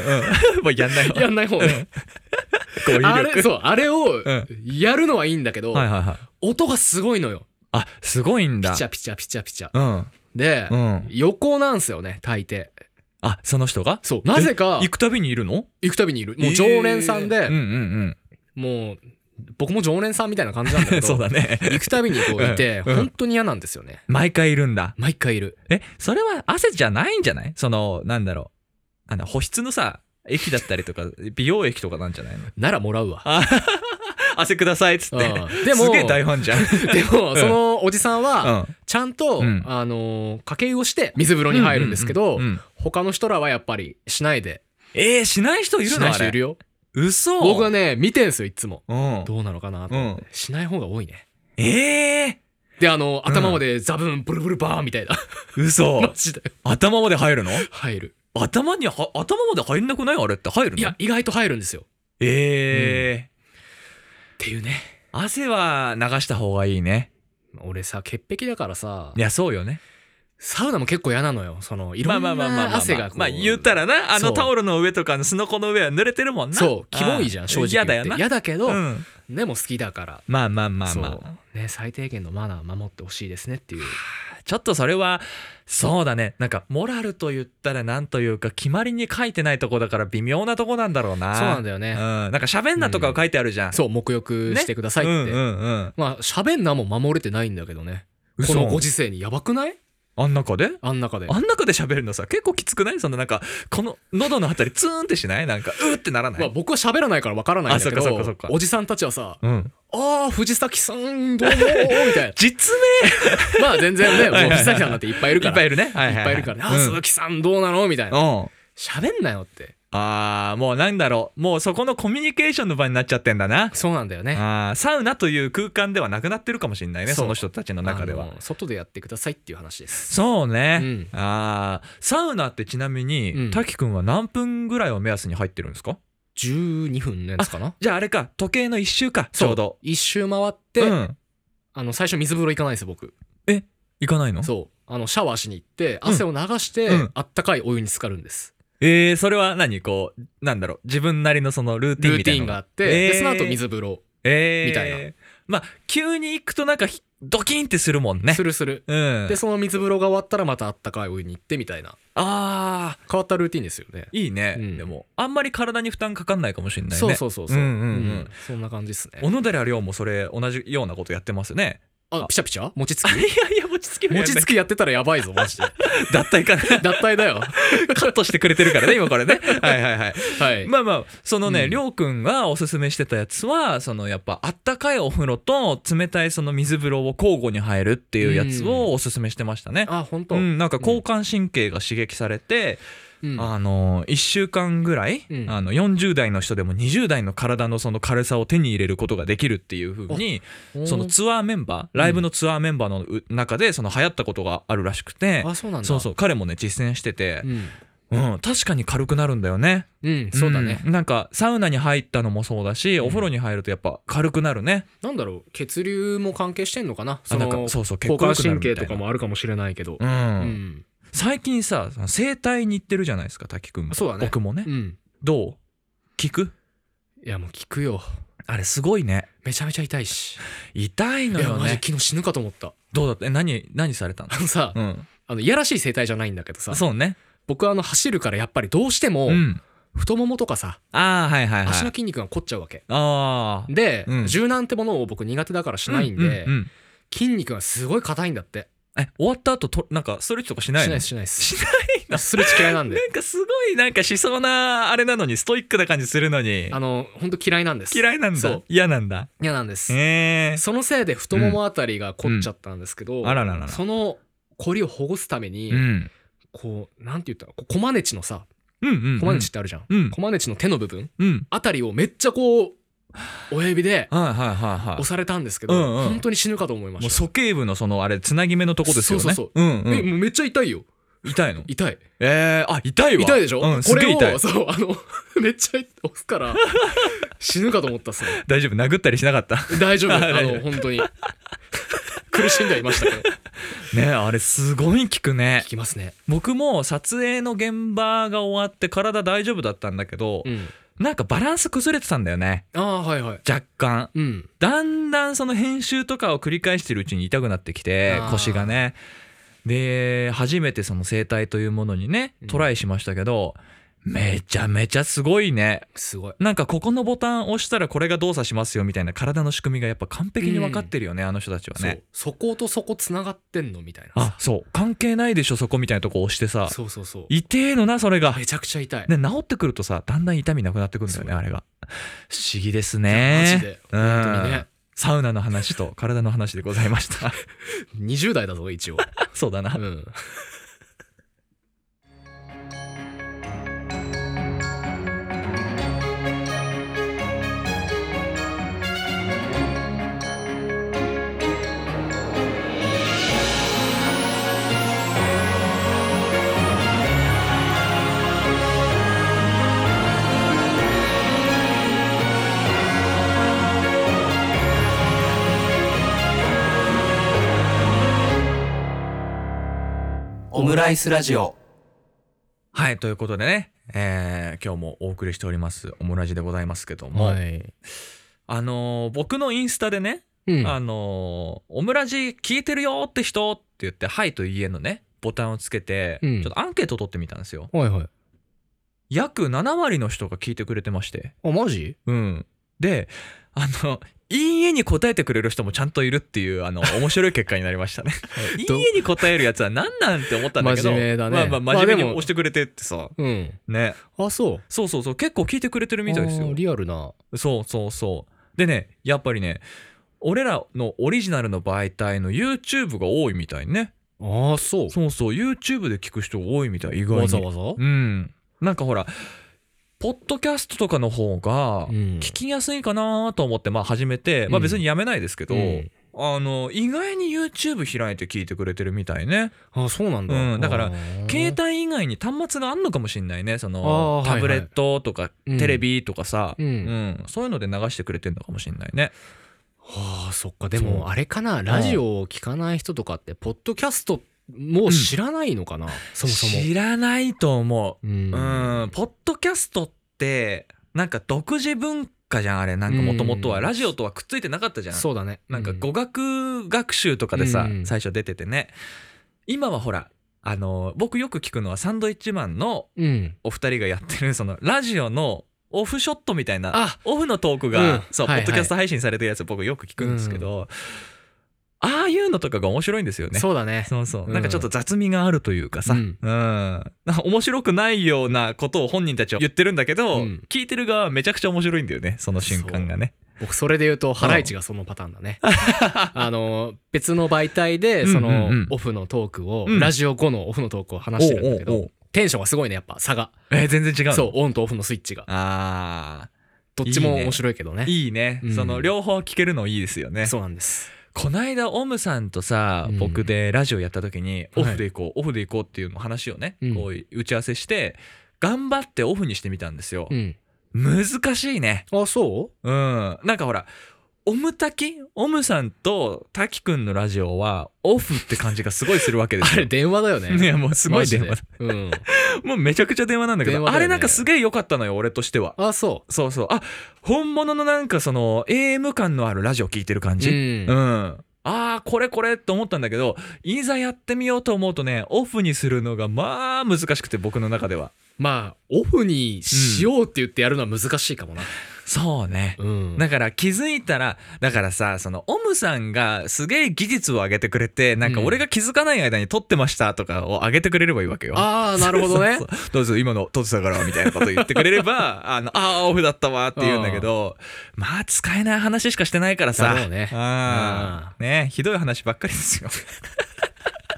[SPEAKER 4] [LAUGHS] もうやんないわ
[SPEAKER 5] やんない方ね。
[SPEAKER 4] 語彙力
[SPEAKER 5] あれ、 [LAUGHS] そう、あれを
[SPEAKER 4] ん
[SPEAKER 5] やるのはいいんだけど、
[SPEAKER 4] はいはいはい
[SPEAKER 5] 音がすごいのよ。
[SPEAKER 4] あすごいんだ
[SPEAKER 5] ピチャピチャピチャピチャ。
[SPEAKER 4] うん
[SPEAKER 5] で、
[SPEAKER 4] うん
[SPEAKER 5] 横なんすよね、大抵。
[SPEAKER 4] あその人が
[SPEAKER 5] そうなぜか
[SPEAKER 4] え行くたびにいるの
[SPEAKER 5] 行くたびにいる。もう常連さんで、
[SPEAKER 4] うんうん
[SPEAKER 5] もう、僕も常連さんみたいな感じなんだ
[SPEAKER 4] う
[SPEAKER 5] け
[SPEAKER 4] ん
[SPEAKER 5] ど、
[SPEAKER 4] [LAUGHS] そうだね
[SPEAKER 5] 行くたびにこういて、
[SPEAKER 4] [LAUGHS] うんうん
[SPEAKER 5] 本当に嫌なんですよね。
[SPEAKER 4] 毎回いるんだ
[SPEAKER 5] 毎回いる。
[SPEAKER 4] えそれは汗じゃないんじゃないそのなんだろうあの保湿のさ液だったりとか [LAUGHS] 美容液とかなんじゃないの
[SPEAKER 5] ならもらうわ。
[SPEAKER 4] 汗くださいっつって
[SPEAKER 5] あーでも
[SPEAKER 4] すげえ大ファンじゃん
[SPEAKER 5] でも、そのおじさん
[SPEAKER 4] うん
[SPEAKER 5] は、ちゃんと、
[SPEAKER 4] うん
[SPEAKER 5] あのー、家計をして水風呂に入るんですけど、
[SPEAKER 4] うんうんうんうん
[SPEAKER 5] 他の人らはやっぱりしないで、
[SPEAKER 4] えー、しない人いる
[SPEAKER 5] し
[SPEAKER 4] の
[SPEAKER 5] ない
[SPEAKER 4] あ
[SPEAKER 5] 人いる
[SPEAKER 4] れ
[SPEAKER 5] よ。
[SPEAKER 4] 嘘
[SPEAKER 5] 僕はね、見てんすよ、いつも。
[SPEAKER 4] うん
[SPEAKER 5] どうなのかなと思って、しない方が多いね。
[SPEAKER 4] ええ
[SPEAKER 5] で、あの、頭までザブン、ブルブルバーンみたいな。
[SPEAKER 4] ー、
[SPEAKER 5] [LAUGHS]
[SPEAKER 4] 嘘
[SPEAKER 5] マジで。
[SPEAKER 4] 頭まで入るの
[SPEAKER 5] 入る。
[SPEAKER 4] 頭には頭まで入んなくないあれって入るの
[SPEAKER 5] いや、意外と入るんですよ。っ
[SPEAKER 4] ええ
[SPEAKER 5] ていうね。
[SPEAKER 4] ー汗は流した方がいいね
[SPEAKER 5] 俺さ、潔癖だからさ
[SPEAKER 4] い、やそうよね
[SPEAKER 5] サウナも結構嫌なのよ。その、い
[SPEAKER 4] ま
[SPEAKER 5] ろ
[SPEAKER 4] あ
[SPEAKER 5] ん
[SPEAKER 4] まあまあまあま
[SPEAKER 5] な
[SPEAKER 4] あ
[SPEAKER 5] 汗がこう。
[SPEAKER 4] まあ言ったらなあ
[SPEAKER 5] そ
[SPEAKER 4] の
[SPEAKER 5] う
[SPEAKER 4] タオルの上とかのすのこの上は濡れてるもんな
[SPEAKER 5] そう、キモいじゃ
[SPEAKER 4] あ
[SPEAKER 5] ん、
[SPEAKER 4] ー
[SPEAKER 5] 正直言
[SPEAKER 4] 嫌
[SPEAKER 5] って。
[SPEAKER 4] だよな
[SPEAKER 5] 嫌だけど、
[SPEAKER 4] うん
[SPEAKER 5] でも好きだから。
[SPEAKER 4] まあまあまあま
[SPEAKER 5] そ
[SPEAKER 4] あ
[SPEAKER 5] うね、最低限のマナー守ってほしいですねっていう。
[SPEAKER 4] ちょっとそれはそうだねなんかモラルと言ったらなんというか決まりに書いてないとこだから微妙なとこなんだろうな
[SPEAKER 5] そうなんだよね
[SPEAKER 4] うん、なんか喋んなとかは書いてあるじゃん、
[SPEAKER 5] そう、沐浴してくださいって。
[SPEAKER 4] うんうんうん
[SPEAKER 5] まあ、喋んなも守れてないんだけどね。こ
[SPEAKER 4] 嘘
[SPEAKER 5] のご時世にやばくない
[SPEAKER 4] あん中で
[SPEAKER 5] あん中で。
[SPEAKER 4] あん中で喋るのさ結構きつくないそのなんかこの喉のあたりツーンってしないなんかうーってならない、
[SPEAKER 5] まあ、僕は喋らないからわからないんだけ
[SPEAKER 4] あそっかそっ
[SPEAKER 5] ど
[SPEAKER 4] かそっか、
[SPEAKER 5] おじさんたちはさ、
[SPEAKER 4] うん
[SPEAKER 5] ああ、藤崎さん、どうも、みた
[SPEAKER 4] [LAUGHS]
[SPEAKER 5] い
[SPEAKER 4] 実
[SPEAKER 5] な。まあ、全然ね、
[SPEAKER 4] はい
[SPEAKER 5] も
[SPEAKER 4] は
[SPEAKER 5] う
[SPEAKER 4] い
[SPEAKER 5] 藤崎さんなんていっぱいいる
[SPEAKER 4] 名
[SPEAKER 5] から。
[SPEAKER 4] いっぱい
[SPEAKER 5] い
[SPEAKER 4] いるねはいはい
[SPEAKER 5] っぱいいるからね。あ
[SPEAKER 4] う
[SPEAKER 5] ー、
[SPEAKER 4] ん
[SPEAKER 5] 鈴木さん、どうなのみたいな。
[SPEAKER 4] [LAUGHS] うん
[SPEAKER 5] 喋んなよって。
[SPEAKER 4] あーもうなんだろうもうそこのコミュニケーションの場になっちゃってんだな
[SPEAKER 5] そうなんだよね。
[SPEAKER 4] あーサウナという空間ではなくなってるかもしれないね
[SPEAKER 5] そ
[SPEAKER 4] そうの人たちの中では
[SPEAKER 5] あの外でやってくださいっていう話です
[SPEAKER 4] そうね、
[SPEAKER 5] うん
[SPEAKER 4] あーサウナってちなみに、
[SPEAKER 5] うん
[SPEAKER 4] 滝くんは何分ぐらいを目安に入ってるんですか
[SPEAKER 5] 12分のやつかな
[SPEAKER 4] じゃああれか時計の1周かちょうど
[SPEAKER 5] 一周回って、
[SPEAKER 4] うん、
[SPEAKER 5] あの最初水風呂行かないんですよ僕
[SPEAKER 4] 行かないの
[SPEAKER 5] そうあのシャワーしに行って汗を流して、
[SPEAKER 4] うん
[SPEAKER 5] あったかいお湯に浸かるんです
[SPEAKER 4] えー、それは何こうなんだろう自分なりのそのルーティ
[SPEAKER 5] ルー
[SPEAKER 4] ンみた
[SPEAKER 5] ティ
[SPEAKER 4] いな
[SPEAKER 5] ンがあ
[SPEAKER 4] の
[SPEAKER 5] って、で
[SPEAKER 4] えー
[SPEAKER 5] その後水風呂
[SPEAKER 4] えー
[SPEAKER 5] みたいな
[SPEAKER 4] まあ急に行くとなんかひドキンってするもんね
[SPEAKER 5] するする、
[SPEAKER 4] うん
[SPEAKER 5] でその水風呂が終わったらまたあったかいお湯に行ってみたいな
[SPEAKER 4] あー
[SPEAKER 5] 変わったルーティンですよね
[SPEAKER 4] いいね、
[SPEAKER 5] うん
[SPEAKER 4] でもあんまり体に負担かかんないかもしれないね
[SPEAKER 5] そうそうそうそう,、
[SPEAKER 4] んうんうん
[SPEAKER 5] そんな感じですね
[SPEAKER 4] 小野寺亮もそれ同じようなことやってますね。
[SPEAKER 5] あピチャピチャ餅つき
[SPEAKER 4] いやいや、餅つ
[SPEAKER 5] [LAUGHS]
[SPEAKER 4] き
[SPEAKER 5] 餅つきやってたらやばいぞマジで
[SPEAKER 4] だったいかな。
[SPEAKER 5] 脱退だよ
[SPEAKER 4] [LAUGHS] カットしてくれてるからね、今これね。はいはいはい。
[SPEAKER 5] [LAUGHS] はい、
[SPEAKER 4] まあまあ、その
[SPEAKER 5] う
[SPEAKER 4] ね、
[SPEAKER 5] ん
[SPEAKER 4] りょうくんがおすすめしてたやつは、そのやっぱあったかいお風呂と冷たいその水風呂を交互に入るっていうやつをおすすめしてましたね。
[SPEAKER 5] あ本当、
[SPEAKER 4] う、
[SPEAKER 5] うんん
[SPEAKER 4] なんか交感神経が刺激されて、あの1週間ぐらい、
[SPEAKER 5] うん
[SPEAKER 4] あの40代の人でも20代の体のその軽さを手に入れることができるっていう風にそのツアーメンバーライブのツアーメンバーのう中でその流行ったことがあるらしくて
[SPEAKER 5] あそうなんだ
[SPEAKER 4] そうそう彼もね実践してて
[SPEAKER 5] う、ん、
[SPEAKER 4] うん確かに軽くなるんだよね
[SPEAKER 5] うん、そうだね、
[SPEAKER 4] んなんかサウナに入ったのもそうだし、お風呂に入るとやっぱ軽くなるね
[SPEAKER 5] なんだろう血流も関係してんのかなその
[SPEAKER 4] なんかそうそう血
[SPEAKER 5] 交
[SPEAKER 4] 行良くなる
[SPEAKER 5] 感
[SPEAKER 4] みたい
[SPEAKER 5] 神
[SPEAKER 4] な
[SPEAKER 5] 経とかもあるかもしれないけど
[SPEAKER 4] うん、
[SPEAKER 5] うん、
[SPEAKER 4] 最近さその整体に行ってるじゃないですか滝くんも
[SPEAKER 5] そうだね
[SPEAKER 4] 僕もね、
[SPEAKER 5] うん、
[SPEAKER 4] どう聞く
[SPEAKER 5] いやもう聞くよ
[SPEAKER 4] あれすごいね
[SPEAKER 5] めちゃめちゃ痛いし
[SPEAKER 4] 痛い
[SPEAKER 5] い
[SPEAKER 4] の
[SPEAKER 5] や
[SPEAKER 4] よ
[SPEAKER 5] マジ
[SPEAKER 4] ね
[SPEAKER 5] 昨日死ぬかと思った
[SPEAKER 4] どうだったえ何何さ
[SPEAKER 5] [LAUGHS]
[SPEAKER 4] れたの
[SPEAKER 5] あのさ、
[SPEAKER 4] うん
[SPEAKER 5] あのいやらしい生態じゃないんだけどさ
[SPEAKER 4] そうね
[SPEAKER 5] 僕はあの走るからやっぱりどうしても
[SPEAKER 4] うん
[SPEAKER 5] 太ももとかさ、
[SPEAKER 4] ああはいはいはい
[SPEAKER 5] 足の筋肉が凝っちゃうわけ
[SPEAKER 4] ああ
[SPEAKER 5] で、
[SPEAKER 4] うん
[SPEAKER 5] 柔軟ってものを僕苦手だからしないんで、
[SPEAKER 4] うんうん
[SPEAKER 5] 筋肉がすごい硬いんだって
[SPEAKER 4] え終わった後となんかストレッチとかし
[SPEAKER 5] し
[SPEAKER 4] な
[SPEAKER 5] ないいで
[SPEAKER 4] の
[SPEAKER 5] すしないです
[SPEAKER 4] し
[SPEAKER 5] ないストレッチ嫌いなんで
[SPEAKER 4] [LAUGHS] なんかすごいなんかしそうなあれなのにストイックな感じするのに
[SPEAKER 5] あの本当嫌いなんです
[SPEAKER 4] 嫌いなん
[SPEAKER 5] そ
[SPEAKER 4] だ
[SPEAKER 5] う
[SPEAKER 4] 嫌なんだ
[SPEAKER 5] 嫌なんです
[SPEAKER 4] ええ
[SPEAKER 5] そのせいで太ももあたりが凝っちゃったんですけど、
[SPEAKER 4] うんあらららら
[SPEAKER 5] その凝りを保護すために、
[SPEAKER 4] うん
[SPEAKER 5] こうなんて言ったらこうコマネチのさ
[SPEAKER 4] うんうんうん
[SPEAKER 5] コマネチってあるじゃん、
[SPEAKER 4] うん
[SPEAKER 5] コマネチの手の部分
[SPEAKER 4] うん
[SPEAKER 5] あたりをめっちゃこう親指で
[SPEAKER 4] はいはいはいはい
[SPEAKER 5] 押されたんですけど、
[SPEAKER 4] うんうん
[SPEAKER 5] 本当に死ぬかと思いま
[SPEAKER 4] もう
[SPEAKER 5] した
[SPEAKER 4] 鼠径部のそのあれつなぎ目のとこですよね
[SPEAKER 5] そうそう
[SPEAKER 4] うんう
[SPEAKER 5] え
[SPEAKER 4] ん
[SPEAKER 5] もうめっちゃ痛いよ
[SPEAKER 4] 痛いの
[SPEAKER 5] 痛い
[SPEAKER 4] えー、あ痛いわ
[SPEAKER 5] 痛いでしょ、
[SPEAKER 4] うん、す
[SPEAKER 5] こ
[SPEAKER 4] げ
[SPEAKER 5] れ
[SPEAKER 4] え痛い
[SPEAKER 5] をそうあの [LAUGHS] めっちゃ押すから死ぬかと思ったっすね
[SPEAKER 4] 大丈夫殴ったりしなかった
[SPEAKER 5] [LAUGHS] 大丈夫
[SPEAKER 4] あ
[SPEAKER 5] あ
[SPEAKER 4] [LAUGHS] 大丈夫
[SPEAKER 5] の本当に苦しんではいましたけ
[SPEAKER 4] [LAUGHS]
[SPEAKER 5] ど
[SPEAKER 4] ねあれすごい効くね
[SPEAKER 5] 聞きますね
[SPEAKER 4] 僕も撮影の現場が終わって体大丈夫だったんだけど、
[SPEAKER 5] うん
[SPEAKER 4] なんかバランス崩れてたんだよね
[SPEAKER 5] ああはいはい
[SPEAKER 4] 若干
[SPEAKER 5] うん
[SPEAKER 4] だんだんその編集とかを繰り返してるうちに痛くなってきて
[SPEAKER 5] あー
[SPEAKER 4] 腰がねで初めてその整体というものにねトライしましたけど、めちゃめちゃすごいね
[SPEAKER 5] すごい
[SPEAKER 4] なんかここのボタンを押したらこれが動作しますよみたいな体の仕組みがやっぱ完璧に分かってるよね、あの人たちはね
[SPEAKER 5] そうそことそこつながってんのみたいな
[SPEAKER 4] あそう関係ないでしょそこみたいなとこ押してさ
[SPEAKER 5] そうそうそう
[SPEAKER 4] 痛えのなそれが
[SPEAKER 5] めちゃくちゃ痛い、
[SPEAKER 4] で治ってくるとさだんだん痛みなくなってくるんだよね
[SPEAKER 5] そう
[SPEAKER 4] あれが不思議です
[SPEAKER 5] マ
[SPEAKER 4] ね
[SPEAKER 5] ジで本当にね
[SPEAKER 4] サウナの話と体の話でございました [LAUGHS]
[SPEAKER 5] 20代だぞ一応、
[SPEAKER 4] そうだな、
[SPEAKER 5] うん、
[SPEAKER 3] オムライスラジオ
[SPEAKER 4] はいということでね、えー今日もお送りしておりますオムラジでございますけども、
[SPEAKER 5] はい、
[SPEAKER 4] あのー僕のインスタでね、
[SPEAKER 5] うん、
[SPEAKER 4] あのーオムラジ聞いてるよって人って言って「はい」と「いいえ」のねボタンをつけて、
[SPEAKER 5] うん
[SPEAKER 4] ちょっとアンケート取ってみたんですよ
[SPEAKER 5] はいはい
[SPEAKER 4] 約7割の人が聞いてくれてまして
[SPEAKER 5] あマジ
[SPEAKER 4] うんであの「いいえ」に答えてくれる人もちゃんといるっていうあの面白い結果になりましたね [LAUGHS] いい
[SPEAKER 5] ど
[SPEAKER 4] えに答えるやつは何なんて思ったんだけど
[SPEAKER 5] 真面目だね
[SPEAKER 4] まあまあ真面
[SPEAKER 5] ま
[SPEAKER 4] 目に
[SPEAKER 5] あでも
[SPEAKER 4] 押してくれてってさ
[SPEAKER 5] うん
[SPEAKER 4] ね
[SPEAKER 5] あそう
[SPEAKER 4] そうそうそう結構聞いてくれてるみたいです
[SPEAKER 5] あ
[SPEAKER 4] よ
[SPEAKER 5] ーリアルな
[SPEAKER 4] そうそうそうでねやっぱりね俺らのオリジナルの媒体の YouTube が多いみたいね
[SPEAKER 5] ああそう
[SPEAKER 4] そうそう YouTube で聞く人多いみたい意外に
[SPEAKER 5] わざわざ
[SPEAKER 4] うんなんかほらポッドキャストとかの方が
[SPEAKER 5] うん
[SPEAKER 4] 聞きやすいかなと思ってまあ始めて、まあ
[SPEAKER 5] うん
[SPEAKER 4] 別にやめないですけど、
[SPEAKER 5] うん
[SPEAKER 4] あの意外に YouTube 開いて聞いてくれてるみたいね
[SPEAKER 5] あそうなんだ、
[SPEAKER 4] うんだから
[SPEAKER 5] あー
[SPEAKER 4] 携帯以外に端末があんのかもしんないねそ
[SPEAKER 5] あ
[SPEAKER 4] の
[SPEAKER 5] ー
[SPEAKER 4] タブレットとか
[SPEAKER 5] いはい
[SPEAKER 4] テレビとかさ、
[SPEAKER 5] うん
[SPEAKER 4] うんそういうので流してくれてるのかもしんないね
[SPEAKER 5] はあそっかで
[SPEAKER 4] そう
[SPEAKER 5] もあれかなラジオを聞かない人とかってポッドキャストもう知らないのかな、そもそも
[SPEAKER 4] 知らないと思
[SPEAKER 5] う
[SPEAKER 4] う、
[SPEAKER 5] ん
[SPEAKER 4] うんポッドキャストってなんか独自文化じゃんあれなんかもともとは
[SPEAKER 5] うん
[SPEAKER 4] ラジオとはくっついてなかったじゃん
[SPEAKER 5] そうだね
[SPEAKER 4] なんか語学学習とかでさ、
[SPEAKER 5] うん
[SPEAKER 4] 最初出ててね今はほらあの僕よく聞くのはサンドイッチマンの
[SPEAKER 5] うん、うん
[SPEAKER 4] お二人がやってるそ [LAUGHS] のラジオのオフショットみたいな
[SPEAKER 5] あ
[SPEAKER 4] オフのトークが、
[SPEAKER 5] うん
[SPEAKER 4] そう、
[SPEAKER 5] はいはい
[SPEAKER 4] ポッドキャスト配信されてるやつ僕よく聞くんですけど、ああいうのとかが面白いんですよね。
[SPEAKER 5] そうだね
[SPEAKER 4] そうそう
[SPEAKER 5] うん
[SPEAKER 4] なんかちょっと雑味があるというかさ、う
[SPEAKER 5] うんん
[SPEAKER 4] なんか面白くないようなことを本人たちは言ってるんだけど、
[SPEAKER 5] うん
[SPEAKER 4] 聞いてる側はめちゃくちゃ面白いんだよねその瞬間がね。
[SPEAKER 5] 僕それで言うとハライチがそのパターンだ
[SPEAKER 4] [LAUGHS]
[SPEAKER 5] ねあの別の媒体で
[SPEAKER 4] うん
[SPEAKER 5] そ
[SPEAKER 4] うん
[SPEAKER 5] の
[SPEAKER 4] うん
[SPEAKER 5] オフのトークを、
[SPEAKER 4] うん
[SPEAKER 5] ラジオ後のオフのトークを話してるんだけど
[SPEAKER 4] おうおうおう
[SPEAKER 5] テンションがすごいねやっぱ差が、
[SPEAKER 4] えー全然違うの
[SPEAKER 5] そうオンとオフのスイッチが
[SPEAKER 4] あ
[SPEAKER 5] どっちも
[SPEAKER 4] いいね
[SPEAKER 5] 面白いけどね
[SPEAKER 4] ーいいね、
[SPEAKER 5] うん
[SPEAKER 4] その両方聞けるのいいですよね。
[SPEAKER 5] そうなんです
[SPEAKER 4] こないだオムさんとさ、
[SPEAKER 5] うん
[SPEAKER 4] 僕でラジオやった時に
[SPEAKER 5] は
[SPEAKER 4] オ
[SPEAKER 5] い
[SPEAKER 4] フで行こう、オフで行こうっていうの話をね、
[SPEAKER 5] うん
[SPEAKER 4] こう打ち合わせして頑張ってオフにしてみたんですよ、
[SPEAKER 5] うん
[SPEAKER 4] 難しいね
[SPEAKER 5] あそ
[SPEAKER 4] うんなんかほらオムタキオムさんとタキくんのラジオはオフって感じがすごいするわけで
[SPEAKER 5] うあ
[SPEAKER 4] すよ
[SPEAKER 5] れ電話だよね
[SPEAKER 4] いやもうすごい
[SPEAKER 5] マジ
[SPEAKER 4] 電
[SPEAKER 5] で
[SPEAKER 4] 話
[SPEAKER 5] うん
[SPEAKER 4] もうめちゃくちゃ電話なんだけど
[SPEAKER 5] 電話だよね
[SPEAKER 4] あれなんかすげえ良かったのよ俺としては
[SPEAKER 5] あそ
[SPEAKER 4] そうそうあ本物のなんかその AM 感のあるラジオ聞いてる感
[SPEAKER 5] う
[SPEAKER 4] じ、
[SPEAKER 5] うん
[SPEAKER 4] うん、あーこれこれと思ったんだけどいざやってみようと思うとねオフにするのがまあ難しくて僕の中では
[SPEAKER 5] まあオフにしようって言ってやるのは難しいかもな
[SPEAKER 4] そうね
[SPEAKER 5] うん
[SPEAKER 4] だから気づいたらだからさそのオムさんがすげえ技術を上げてくれてなんか
[SPEAKER 5] うん
[SPEAKER 4] 俺が気づかない間に撮ってましたとかを上げてくれればいいわけよ。
[SPEAKER 5] ああなるほどね
[SPEAKER 4] [LAUGHS] そうそうどうぞ今の撮ってたからみたいなこと言ってくれ
[SPEAKER 5] [LAUGHS]
[SPEAKER 4] ればあのあーオフだったわって言うんだけどまあ使えない話しかしてないからさ
[SPEAKER 5] だろうね
[SPEAKER 4] あーねひどい話ばっかりですよ [LAUGHS]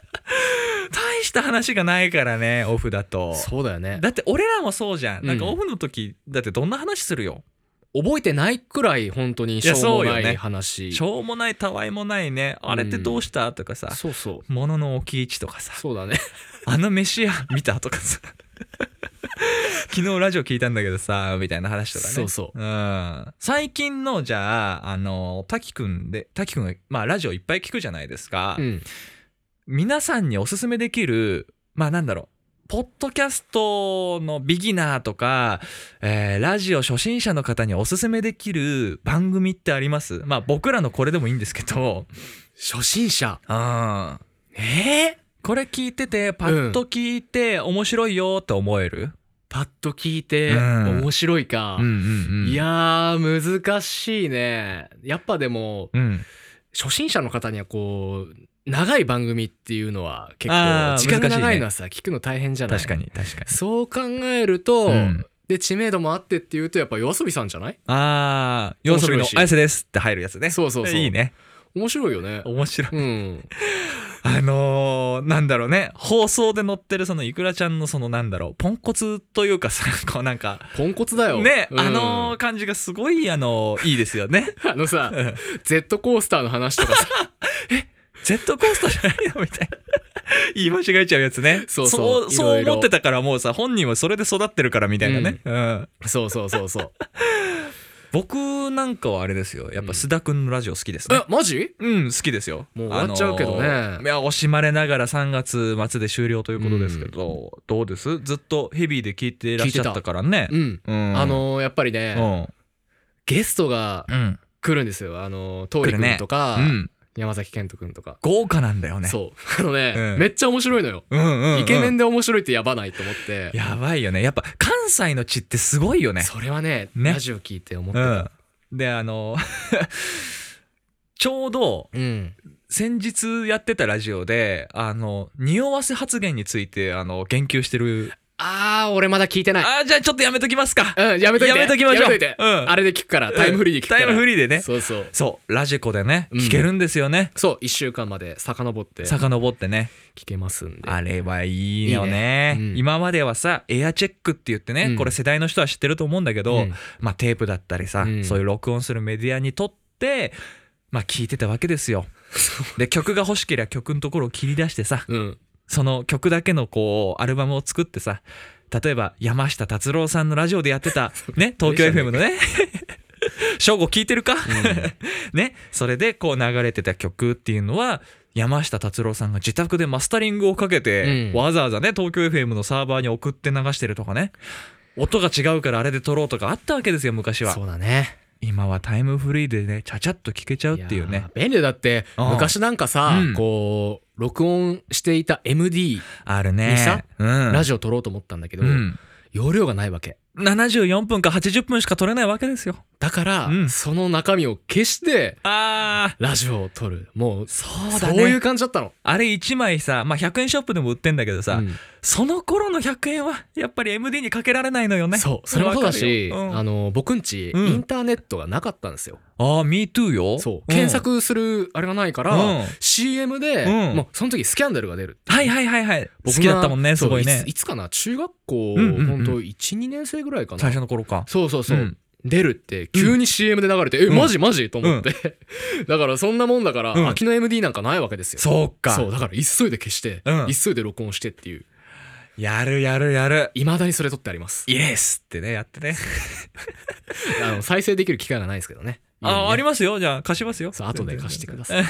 [SPEAKER 4] 大した話がないからねオフだと
[SPEAKER 5] そうだよね
[SPEAKER 4] だって俺らもそうじゃんなんか
[SPEAKER 5] うん
[SPEAKER 4] オフの時だってどんな話するよ
[SPEAKER 5] 覚えてないくらい本当にしょうもない
[SPEAKER 4] やそうよね
[SPEAKER 5] い話
[SPEAKER 4] しょうもないたわいもないねあれってどうしたとかさ
[SPEAKER 5] そうそう
[SPEAKER 4] 物の置き位置とかさ
[SPEAKER 5] そうだね
[SPEAKER 4] あの飯屋見たとかさ [LAUGHS] 昨日ラジオ聞いたんだけどさみたいな話とかね
[SPEAKER 5] そうそう
[SPEAKER 4] うん、最近のじゃああの滝くんで滝くんが、まあ、ラジオいっぱい聞くじゃないですか、
[SPEAKER 5] うん
[SPEAKER 4] 皆さんにおすすめできるまあなんだろうポッドキャストのビギナーとか、えーラジオ初心者の方におすすめできる番組ってありますまあ僕らのこれでもいいんですけど
[SPEAKER 5] 初心者
[SPEAKER 4] うん
[SPEAKER 5] え
[SPEAKER 4] これ聞いててパッと聞いて面白いよって思える、
[SPEAKER 5] パッと聞いて
[SPEAKER 4] うん
[SPEAKER 5] 面白いか、
[SPEAKER 4] うん
[SPEAKER 5] いやー難しいねやっぱでも
[SPEAKER 4] うん
[SPEAKER 5] 初心者の方にはこう長い番組っていうのは結
[SPEAKER 4] あ
[SPEAKER 5] 構時間
[SPEAKER 4] ー
[SPEAKER 5] が
[SPEAKER 4] 難しいね
[SPEAKER 5] 長いのはさ、聞くの大変じゃない
[SPEAKER 4] 確かに確かに
[SPEAKER 5] そう考えると、
[SPEAKER 4] うん
[SPEAKER 5] で知名度もあってっていうとやっぱ夜遊びさんじゃない
[SPEAKER 4] ああ夜遊びの
[SPEAKER 5] 面白いし
[SPEAKER 4] 「あやせです」って入るやつね
[SPEAKER 5] そうそうそう
[SPEAKER 4] いいね
[SPEAKER 5] 面白いよね
[SPEAKER 4] 面白い
[SPEAKER 5] うん
[SPEAKER 4] あのー、なんだろうね放送で載ってるそのいくらちゃんのそのなんだろうポンコツというかさこうなんか
[SPEAKER 5] ポンコツだよ
[SPEAKER 4] ね、
[SPEAKER 5] うん
[SPEAKER 4] あのー感じがすごいあのーいいですよね
[SPEAKER 5] あの
[SPEAKER 4] [LAUGHS]
[SPEAKER 5] さジェットコースターの話とかさ
[SPEAKER 4] ジェットコースターじゃない
[SPEAKER 5] [LAUGHS]
[SPEAKER 4] のみたいな言い間違えちゃうやつね
[SPEAKER 5] そうそう
[SPEAKER 4] そうそ
[SPEAKER 5] いろ
[SPEAKER 4] う
[SPEAKER 5] いろ
[SPEAKER 4] 思ってたからもうさ本人はそれで育ってるからみたいなね、うん
[SPEAKER 5] そうそうそうそう
[SPEAKER 4] 僕なんかはあれですよやっぱ須田くんのラジオ好きですね、
[SPEAKER 5] えマジ
[SPEAKER 4] うん、好きですよ。
[SPEAKER 5] もう終わっちゃうけどね
[SPEAKER 4] あのーいや、惜しまれながら3月末で終了ということですけど、どうですずっとヘビーで聞いてらっしゃったからね。
[SPEAKER 5] うん、
[SPEAKER 4] うん
[SPEAKER 5] あ、のーやっぱりね、
[SPEAKER 4] う
[SPEAKER 5] ゲストが
[SPEAKER 4] ん。うん。
[SPEAKER 5] 来るんですよあのー東くんとか、
[SPEAKER 4] うん。
[SPEAKER 5] 山崎賢人くんとか、
[SPEAKER 4] 豪華なんだよね。
[SPEAKER 5] そう [LAUGHS] あのね、
[SPEAKER 4] うん
[SPEAKER 5] めっちゃ面白いのよ
[SPEAKER 4] う。うんうん、うん。
[SPEAKER 5] イケメンで面白いってやばないと思って、
[SPEAKER 4] やばいよね。やっぱ関西の血ってすごいよね。
[SPEAKER 5] それはね
[SPEAKER 4] ね
[SPEAKER 5] ラジオ聞いて思って
[SPEAKER 4] う
[SPEAKER 5] た
[SPEAKER 4] ん。で、あの [LAUGHS] ーちょうど
[SPEAKER 5] うん、
[SPEAKER 4] 先日やってたラジオで、あの、匂わせ発言について、あの、言及してる。
[SPEAKER 5] あー俺まだ聞いてない
[SPEAKER 4] あー、じゃあちょっとやめときますか。
[SPEAKER 5] うんやめといて
[SPEAKER 4] やめときましょう
[SPEAKER 5] やめといて
[SPEAKER 4] うん
[SPEAKER 5] あれで聞くからタイムフリーで聞くから、
[SPEAKER 4] タイムフリーでね
[SPEAKER 5] そうそう
[SPEAKER 4] そう、ラジコでね、
[SPEAKER 5] うん
[SPEAKER 4] 聞けるんですよね。
[SPEAKER 5] そう1週間まで遡って聞
[SPEAKER 4] 遡ってね。
[SPEAKER 5] けますんで
[SPEAKER 4] あれはいいよ
[SPEAKER 5] い
[SPEAKER 4] ね
[SPEAKER 5] いねうん
[SPEAKER 4] 今まではさエアチェックって言ってね、
[SPEAKER 5] うん
[SPEAKER 4] これ世代の人は知ってると思うんだけど、
[SPEAKER 5] うん
[SPEAKER 4] まあ、テープだったりさ、
[SPEAKER 5] うん
[SPEAKER 4] そういう録音するメディアにとって、まあ、聞いてたわけで
[SPEAKER 5] [LAUGHS]
[SPEAKER 4] すよ。で曲が欲しければ曲のところを切り出してさ
[SPEAKER 5] うん
[SPEAKER 4] その曲だけのこうアルバムを作ってさ例えば山下達郎さんのラジオでやっ
[SPEAKER 5] [LAUGHS]
[SPEAKER 4] てた、ね、東京 FM のね「正吾聞いてるか [LAUGHS] ね」それでこう流れてた曲っていうのは山下達郎さんが自宅でマスタリングをかけて、
[SPEAKER 5] うん
[SPEAKER 4] わざわざね東京 FM のサーバーに送って流してるとかね音が違うからあれで撮ろうとかあったわけですよ昔は
[SPEAKER 5] そうだね
[SPEAKER 4] 今はタイムフリーでねちゃちゃっと聞けちゃうっていう
[SPEAKER 5] や
[SPEAKER 4] ね
[SPEAKER 5] ー便利だって
[SPEAKER 4] うん
[SPEAKER 5] 昔なんかさ、
[SPEAKER 4] うん
[SPEAKER 5] こう録音していた MD
[SPEAKER 4] ある
[SPEAKER 5] にさ
[SPEAKER 4] ね、うん、
[SPEAKER 5] ラ
[SPEAKER 4] ジ
[SPEAKER 5] ジオ撮ろうと思ったんだけ
[SPEAKER 4] オ
[SPEAKER 5] ど、容量がないわけ
[SPEAKER 4] 74分か80分しか撮れないわけですよ
[SPEAKER 5] だから、
[SPEAKER 4] うん
[SPEAKER 5] その中身を消して
[SPEAKER 4] ああ
[SPEAKER 5] ラジオを撮るもうそ
[SPEAKER 4] そう
[SPEAKER 5] う
[SPEAKER 4] だね
[SPEAKER 5] いう感じだったの
[SPEAKER 4] あれ1枚さ、まあ、100円ショップでも売ってんだけどさ、
[SPEAKER 5] うん
[SPEAKER 4] その頃の100円はやっぱり MD にかけられないのよね
[SPEAKER 5] そうそれもそうだし、
[SPEAKER 4] わかるようん
[SPEAKER 5] あの僕んち、
[SPEAKER 4] うん
[SPEAKER 5] インターネットがなかったんですよ
[SPEAKER 4] ああ MeToo よ
[SPEAKER 5] そう、
[SPEAKER 4] ん
[SPEAKER 5] 検索するあれがないから、
[SPEAKER 4] うん
[SPEAKER 5] CM で、
[SPEAKER 4] うん
[SPEAKER 5] もうその時スキャンダルが出る
[SPEAKER 4] はいはいはいはい好きだったもんねす
[SPEAKER 5] そう
[SPEAKER 4] ごいね
[SPEAKER 5] ついつかな中学校、
[SPEAKER 4] うんうんうん
[SPEAKER 5] ほんと12年生ぐらいかな
[SPEAKER 4] 最初の頃か
[SPEAKER 5] そうそうそう、
[SPEAKER 4] うん
[SPEAKER 5] 出るって急に CM で流れて、
[SPEAKER 4] ん
[SPEAKER 5] えマジマジと思って、 [LAUGHS] だからそんなもんだから、
[SPEAKER 4] うん
[SPEAKER 5] 空きの MD なんかないわけですよ
[SPEAKER 4] そうか
[SPEAKER 5] そうだから急いで消して、
[SPEAKER 4] うん
[SPEAKER 5] 急いで録音してっていう
[SPEAKER 4] やるやるやる
[SPEAKER 5] いまだにそれ撮ってあります
[SPEAKER 4] イエスってねやってね
[SPEAKER 5] [LAUGHS] あの再生できる機会がないですけどね
[SPEAKER 4] あああり
[SPEAKER 5] ま
[SPEAKER 4] ますよじゃあ貸しますよ
[SPEAKER 5] そう後で貸してください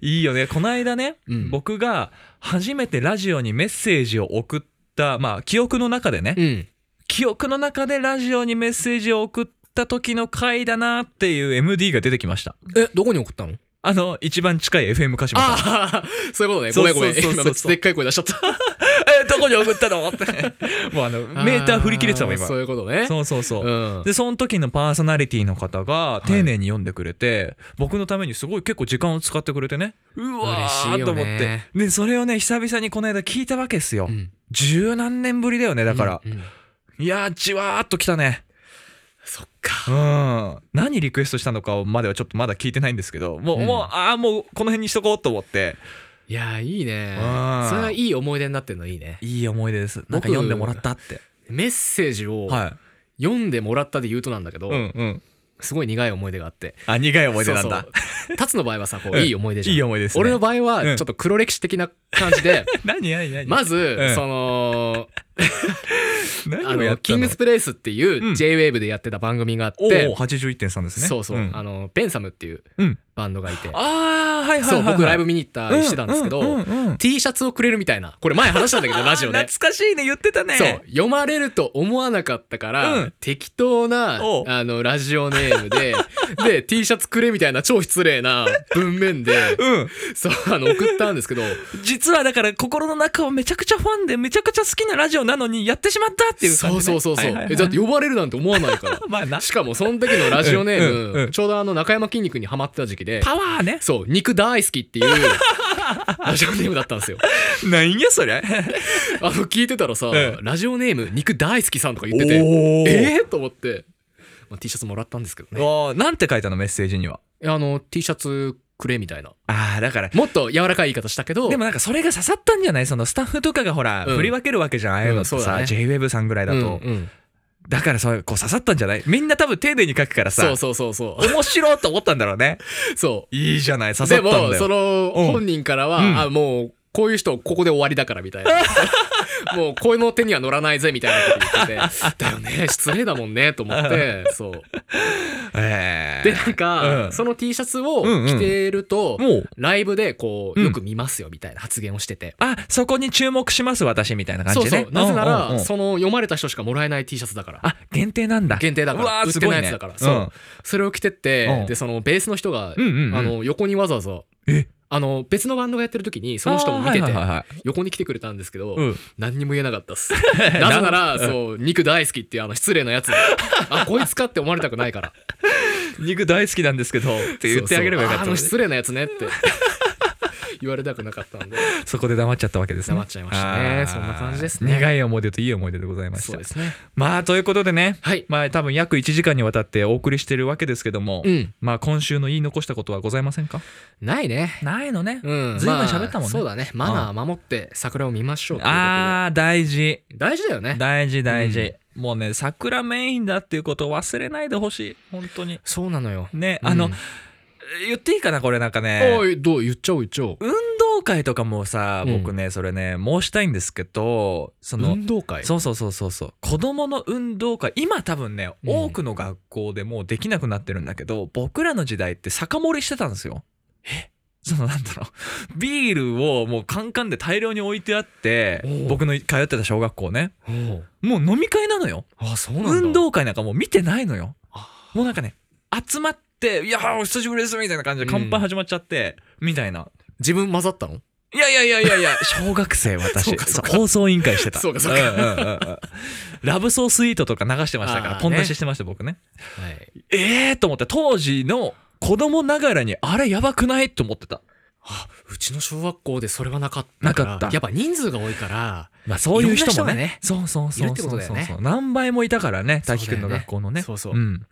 [SPEAKER 4] いいよねこの間ね、
[SPEAKER 5] うん
[SPEAKER 4] 僕が初めてラジオにメッセージを送ったまあ記憶の中でね、
[SPEAKER 5] うん
[SPEAKER 4] 記憶の中でラジオにメッセージを送った時の回だなっていう MD が出てきました
[SPEAKER 5] えどこに送ったの
[SPEAKER 4] あの一番近い FM 鹿島さん
[SPEAKER 5] ああ [LAUGHS] そういうことねごめんごめん
[SPEAKER 4] そうそうそうそう
[SPEAKER 5] 今めっちゃでっかい声出しちゃった
[SPEAKER 4] えどこに送ったのって [LAUGHS] もうあの [LAUGHS] メーター振り切れてたも
[SPEAKER 5] あ
[SPEAKER 4] ん
[SPEAKER 5] ー
[SPEAKER 4] 今
[SPEAKER 5] そういうことね
[SPEAKER 4] そうそうそう、
[SPEAKER 5] うん
[SPEAKER 4] でその時のパーソナリティの方が丁寧に読んでくれて、僕のためにすごい結構時間を使ってくれてねうわ
[SPEAKER 5] 嬉しい
[SPEAKER 4] ー
[SPEAKER 5] よね
[SPEAKER 4] と思ってでそれをね久々にこの間聞いたわけですよ、
[SPEAKER 5] ん
[SPEAKER 4] 十何年ぶりだよねだから、
[SPEAKER 5] うんうん
[SPEAKER 4] いやーじわーっときたね
[SPEAKER 5] そっか
[SPEAKER 4] うん、何リクエストしたのかまではちょっとまだ聞いてないんですけどもう,、
[SPEAKER 5] うん
[SPEAKER 4] もうああもうこの辺にしとこうと思って
[SPEAKER 5] いやーいいね
[SPEAKER 4] うん
[SPEAKER 5] それはいい思い出になってるのいいね
[SPEAKER 4] いい思い出ですなんか読んでもらったって
[SPEAKER 5] メッセージを
[SPEAKER 4] はい
[SPEAKER 5] 読んでもらったで言うとなんだけど、
[SPEAKER 4] うんうん。
[SPEAKER 5] すごい苦い思い出があって
[SPEAKER 4] あ、苦い思い出なん
[SPEAKER 5] そう
[SPEAKER 4] だ。
[SPEAKER 5] そうタツの場合はさこ
[SPEAKER 4] う
[SPEAKER 5] うんいい思い出じゃん
[SPEAKER 4] いい思い出ですね
[SPEAKER 5] 俺の場合はち
[SPEAKER 4] う
[SPEAKER 5] ょ
[SPEAKER 4] ん
[SPEAKER 5] っと黒歴史的な感じ
[SPEAKER 4] [LAUGHS]
[SPEAKER 5] で
[SPEAKER 4] 何何何
[SPEAKER 5] まず、
[SPEAKER 4] うん
[SPEAKER 5] その
[SPEAKER 4] 何
[SPEAKER 5] あ
[SPEAKER 4] をや
[SPEAKER 5] の
[SPEAKER 4] った
[SPEAKER 5] キングスプレイスっていううん JWAVE でやってた番組があっ
[SPEAKER 4] お
[SPEAKER 5] て、
[SPEAKER 4] お、81.3ですね。
[SPEAKER 5] そうそう、
[SPEAKER 4] ん
[SPEAKER 5] あのベンサムっていう
[SPEAKER 4] うん
[SPEAKER 5] バンドがいて、
[SPEAKER 4] あー、はいはいはいはい。
[SPEAKER 5] そう僕ライブ見に行ったりしてたんですけど、
[SPEAKER 4] うんうんうんうん
[SPEAKER 5] T シャツをくれるみたいなこれ前話したんだけどラジオ
[SPEAKER 4] あー
[SPEAKER 5] で。
[SPEAKER 4] [LAUGHS] 懐かしいね、言ってたね。
[SPEAKER 5] そう読まれると思わなかったから、
[SPEAKER 4] うん
[SPEAKER 5] 適当な
[SPEAKER 4] おう
[SPEAKER 5] あのラジオネームでで T シャツくれみたいな超失礼な文面
[SPEAKER 4] [LAUGHS]
[SPEAKER 5] で
[SPEAKER 4] うん。
[SPEAKER 5] そうあの送ったんですけど
[SPEAKER 4] 実はだから心の中はめちゃくちゃファンでめちゃくちゃ好きなラジオなのにやってしまったっていう感じ、
[SPEAKER 5] そ
[SPEAKER 4] ね、
[SPEAKER 5] うそうそうそう、
[SPEAKER 4] はいはいはい
[SPEAKER 5] えだって呼ばれるなんて思わないから
[SPEAKER 4] [LAUGHS] まあな
[SPEAKER 5] しかもその時のラジオネーム、
[SPEAKER 4] うんうんうん
[SPEAKER 5] ちょうどあの中山筋肉にハマってた時期で
[SPEAKER 4] パワーね
[SPEAKER 5] そう肉大好きっていう
[SPEAKER 4] [LAUGHS]
[SPEAKER 5] ラジオネームだったんですよ
[SPEAKER 4] なんやそりゃ
[SPEAKER 5] あの聞いてたらさ、
[SPEAKER 4] ええ
[SPEAKER 5] ラジオネーム肉大好きさんとか言
[SPEAKER 4] お
[SPEAKER 5] ってて
[SPEAKER 4] ー
[SPEAKER 5] えー、と思って、まあ、T シャツもらったんですけどね
[SPEAKER 4] おーなんて書いたのメッセージには
[SPEAKER 5] えあの T シャツくれみたいな
[SPEAKER 4] ああだから
[SPEAKER 5] もっと柔らかい言い方したけど
[SPEAKER 4] でもなんかそれが刺さったんじゃないそのスタッフとかがほら、
[SPEAKER 5] うん
[SPEAKER 4] 振り分けるわけじゃんああいうのってさ、
[SPEAKER 5] うんそうだね
[SPEAKER 4] JWEB さんぐらいだと、
[SPEAKER 5] うんうん
[SPEAKER 4] だからそうこう刺さったんじゃないみんな多分丁寧に書くからさ
[SPEAKER 5] そうそうそうそ
[SPEAKER 4] 面白いと思ったんだろうね [LAUGHS]
[SPEAKER 5] うそ
[SPEAKER 4] いいじゃない刺
[SPEAKER 5] う
[SPEAKER 4] さっ
[SPEAKER 5] で
[SPEAKER 4] たんだよ
[SPEAKER 5] もその
[SPEAKER 4] うん
[SPEAKER 5] 本人からは、
[SPEAKER 4] うん
[SPEAKER 5] あもうこういう人ここで終わりだからみたい
[SPEAKER 4] [LAUGHS]
[SPEAKER 5] なもうこの手には乗らないぜみたいなこと言っててだよね失礼だもんねと思
[SPEAKER 4] [LAUGHS]
[SPEAKER 5] ってそう
[SPEAKER 4] え
[SPEAKER 5] でなんか、
[SPEAKER 4] うん
[SPEAKER 5] その T シャツを
[SPEAKER 4] うんう
[SPEAKER 5] 着
[SPEAKER 4] ん
[SPEAKER 5] てると、
[SPEAKER 4] もう
[SPEAKER 5] ライブでこう
[SPEAKER 4] うん
[SPEAKER 5] よく見ますよみたいな発言をしてて、
[SPEAKER 4] あそこに注目します私みたいな感
[SPEAKER 5] そ
[SPEAKER 4] じ
[SPEAKER 5] う
[SPEAKER 4] ね
[SPEAKER 5] そうなぜなら、
[SPEAKER 4] うんうんうん
[SPEAKER 5] その読まれた人しかもらえない T シャツだから
[SPEAKER 4] あ限定なんだ
[SPEAKER 5] 限定だか
[SPEAKER 4] う
[SPEAKER 5] ら
[SPEAKER 4] わー
[SPEAKER 5] 売ってないやつだから、
[SPEAKER 4] す
[SPEAKER 5] そう、
[SPEAKER 4] ごいね
[SPEAKER 5] それを着てって、
[SPEAKER 4] うん
[SPEAKER 5] でそのベースの人が、
[SPEAKER 4] うんうんうん
[SPEAKER 5] あの横にわざわざ
[SPEAKER 4] え
[SPEAKER 5] あの別のバンドがやってる時にその人も見てて、
[SPEAKER 4] あーはいはいはいはい
[SPEAKER 5] 横に来てくれたんですけど、
[SPEAKER 4] うん
[SPEAKER 5] 何にも言えなかったっ
[SPEAKER 4] [LAUGHS]
[SPEAKER 5] すなぜならそう肉大好きっていうあの失礼な
[SPEAKER 4] [LAUGHS]
[SPEAKER 5] やつあこいつかって思われたくないから
[SPEAKER 4] 肉大好きなんですけどって言ってあげればよかった
[SPEAKER 5] そうそうああの失礼なやつ
[SPEAKER 4] [LAUGHS]
[SPEAKER 5] ねって言われたくなかったんで
[SPEAKER 4] そこで黙っちゃったわけですね
[SPEAKER 5] 黙っちゃいましたね
[SPEAKER 4] あー
[SPEAKER 5] そんな感じですね
[SPEAKER 4] 苦い思い出といい思い出でございました
[SPEAKER 5] そうですね
[SPEAKER 4] まあということでね、
[SPEAKER 5] はい
[SPEAKER 4] まあ多分約1時間にわたってお送りしてるわけですけども、
[SPEAKER 5] うん
[SPEAKER 4] まあ今週の言い残したことはございませんか
[SPEAKER 5] ないね
[SPEAKER 4] ないのね、
[SPEAKER 5] うん
[SPEAKER 4] ずいぶん喋ったもんね、
[SPEAKER 5] まあそうだねマナー守って桜を見ましょうということで
[SPEAKER 4] あー大事
[SPEAKER 5] 大事だよね
[SPEAKER 4] 大事大事、もうね桜メインだっていうことを忘れないでほしい本当に
[SPEAKER 5] そうなのよ
[SPEAKER 4] ね
[SPEAKER 5] うん
[SPEAKER 4] あの、言っていいかなこれなんかね
[SPEAKER 5] おいどう言っちゃおう言っちゃおう
[SPEAKER 4] 運動会とかもさ
[SPEAKER 5] うん
[SPEAKER 4] 僕ね、それね申したいんですけどその、
[SPEAKER 5] 運動会
[SPEAKER 4] そうそうそうそうそう子どもの運動会今多分ね
[SPEAKER 5] うん
[SPEAKER 4] 多くの学校でもうできなくなってるんだけど、僕らの時代って酒盛りしてたんですよ。えそのなんだろうビールをもうカンカンで大量に置いてあって
[SPEAKER 5] おう
[SPEAKER 4] 僕の通ってた小学校ね
[SPEAKER 5] おう
[SPEAKER 4] もう飲み会なのよ。
[SPEAKER 5] あそうなんだ
[SPEAKER 4] 運動会なんかもう見てないのよ。もうなんかね、集まって、いやー、お久しぶりですみたいな感じで乾杯始まっちゃって、みたいな。
[SPEAKER 5] 自分混ざったの
[SPEAKER 4] いやいやいやいやいや、小学
[SPEAKER 5] [LAUGHS] そ
[SPEAKER 4] 生
[SPEAKER 5] う
[SPEAKER 4] 私、
[SPEAKER 5] か
[SPEAKER 4] そ
[SPEAKER 5] そう
[SPEAKER 4] う
[SPEAKER 5] か
[SPEAKER 4] 放送委員会してた。
[SPEAKER 5] そうかそうか
[SPEAKER 4] んうんうんうんラブソースイートとか流してましたか
[SPEAKER 5] あー
[SPEAKER 4] ら、
[SPEAKER 5] ね
[SPEAKER 4] ポン出ししてました僕ね。
[SPEAKER 5] はい
[SPEAKER 4] えーと思って、当時の子供ながらに、あれやばくないと思ってた。
[SPEAKER 5] あうちの小学校でそれはなかったから
[SPEAKER 4] なかった
[SPEAKER 5] やっぱ人数が多いから
[SPEAKER 4] まあそういう人
[SPEAKER 5] いろ
[SPEAKER 4] も
[SPEAKER 5] んな人が
[SPEAKER 4] ね
[SPEAKER 5] ね。
[SPEAKER 4] そうそうそ
[SPEAKER 5] いるっ
[SPEAKER 4] う
[SPEAKER 5] て
[SPEAKER 4] そ
[SPEAKER 5] こ
[SPEAKER 4] う
[SPEAKER 5] と
[SPEAKER 4] そう
[SPEAKER 5] だよね
[SPEAKER 4] そう何倍もいたからね、大輝くんの学校のね。
[SPEAKER 5] そうそう
[SPEAKER 4] うん。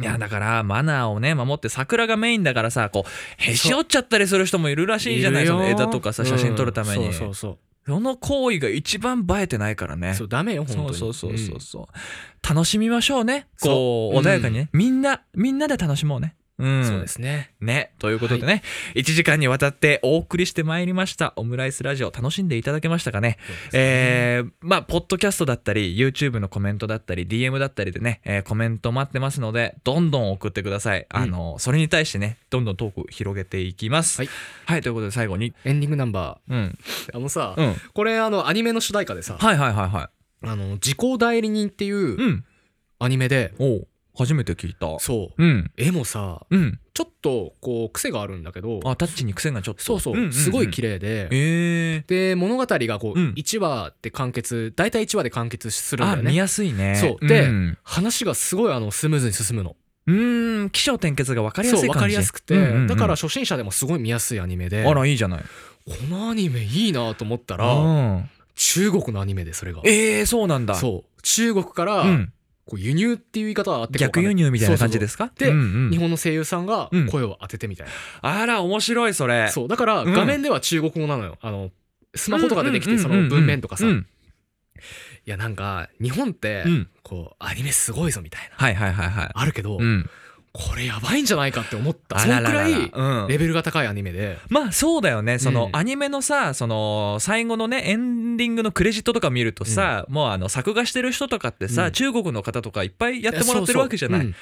[SPEAKER 4] いやだからマナーをね守って桜がメインだからさこうへし折っちゃったりする人もいるらしいじゃない
[SPEAKER 5] る
[SPEAKER 4] そ
[SPEAKER 5] よ
[SPEAKER 4] の枝とかさ写真撮るために、
[SPEAKER 5] うんそ
[SPEAKER 4] そう
[SPEAKER 5] そう
[SPEAKER 4] の行為が一番映えてないから
[SPEAKER 5] そう
[SPEAKER 4] ね
[SPEAKER 5] そ
[SPEAKER 4] そう
[SPEAKER 5] ダメよ本当
[SPEAKER 4] う
[SPEAKER 5] に
[SPEAKER 4] そうそうそうそう、楽しみましょうね
[SPEAKER 5] そう
[SPEAKER 4] こう
[SPEAKER 5] うん
[SPEAKER 4] 穏やかにね、みんなみんなで楽しもうねうん
[SPEAKER 5] うんそうですね
[SPEAKER 4] ねということでね、1時間にわたってお送りしてまいりましたオムライスラジオ楽しんでいただけましたかねえーまあポッドキャストだったり YouTube のコメントだったり DM だったりでね、えーコメント待ってますのでどんどん送ってくださいあの、それに対してねどんどんトーク広げていきます
[SPEAKER 5] はい、
[SPEAKER 4] はいということで最後に
[SPEAKER 5] エンディングナンバ
[SPEAKER 4] うん
[SPEAKER 5] ーあのさ、
[SPEAKER 4] うん
[SPEAKER 5] これあのアニメの主題歌でさ
[SPEAKER 4] はいはいはいは
[SPEAKER 5] 「あの時効代理人」って
[SPEAKER 4] い
[SPEAKER 5] いう
[SPEAKER 4] うん
[SPEAKER 5] アニメで、
[SPEAKER 4] おう初めて聞いた
[SPEAKER 5] そう
[SPEAKER 4] うん
[SPEAKER 5] 絵もさ
[SPEAKER 4] うん
[SPEAKER 5] ちょっとこう癖があるんだけど
[SPEAKER 4] あタッチに癖がちょっと
[SPEAKER 5] そうそう,、
[SPEAKER 4] んんん
[SPEAKER 5] すごい綺麗で、
[SPEAKER 4] え
[SPEAKER 5] で物語がこう
[SPEAKER 4] うん
[SPEAKER 5] 1話で完結、大体1話で完結す
[SPEAKER 4] ー
[SPEAKER 5] るんだ
[SPEAKER 4] あ
[SPEAKER 5] よ
[SPEAKER 4] 見
[SPEAKER 5] ね
[SPEAKER 4] やすいね
[SPEAKER 5] そうで
[SPEAKER 4] ん
[SPEAKER 5] 話がすごいあのスムーズに進むの
[SPEAKER 4] うーん起承転結が分かりやす
[SPEAKER 5] そう
[SPEAKER 4] い感じ
[SPEAKER 5] 分かりやすくて、
[SPEAKER 4] うんうんうん
[SPEAKER 5] だから初心者でもすごい見やすいアニメで
[SPEAKER 4] あらいいじゃない
[SPEAKER 5] このアニメいいなと思った
[SPEAKER 4] う
[SPEAKER 5] ら
[SPEAKER 4] ん
[SPEAKER 5] 中国のアニメでそれが
[SPEAKER 4] えー、そうなんだ
[SPEAKER 5] そう中国から
[SPEAKER 4] うん、
[SPEAKER 5] こう輸入っていう言い方はあって
[SPEAKER 4] 逆輸入みたいな感じですすか
[SPEAKER 5] で、
[SPEAKER 4] うんうん
[SPEAKER 5] 日本の声優さんが
[SPEAKER 4] うん
[SPEAKER 5] 声を当ててみたいな、
[SPEAKER 4] あら面白いそれ
[SPEAKER 5] そうだから
[SPEAKER 4] うん
[SPEAKER 5] 画面では中国語なのよあのスマホとか出てき
[SPEAKER 4] う
[SPEAKER 5] て
[SPEAKER 4] んうん
[SPEAKER 5] そ
[SPEAKER 4] うんう
[SPEAKER 5] の
[SPEAKER 4] ん
[SPEAKER 5] 文面とかさ
[SPEAKER 4] うん
[SPEAKER 5] いやなんか日本って
[SPEAKER 4] うん
[SPEAKER 5] こうアニメすごいぞみたいな
[SPEAKER 4] はいはいはいはい
[SPEAKER 5] あるけど、
[SPEAKER 4] うん
[SPEAKER 5] これやばいんじゃないかって思った
[SPEAKER 4] あ
[SPEAKER 5] その
[SPEAKER 4] ら
[SPEAKER 5] く
[SPEAKER 4] らら
[SPEAKER 5] ら
[SPEAKER 4] ら
[SPEAKER 5] い
[SPEAKER 4] うん
[SPEAKER 5] レベルが高いアニメで
[SPEAKER 4] まあそうだよねその
[SPEAKER 5] うん
[SPEAKER 4] アニメのさ、その最後のねエンディングのクレジットとか見るとさ、もうあの作画してる人とかって
[SPEAKER 5] う
[SPEAKER 4] さ、
[SPEAKER 5] ん
[SPEAKER 4] 中国の方とかいっぱいやってもらってるわけじゃない
[SPEAKER 5] そう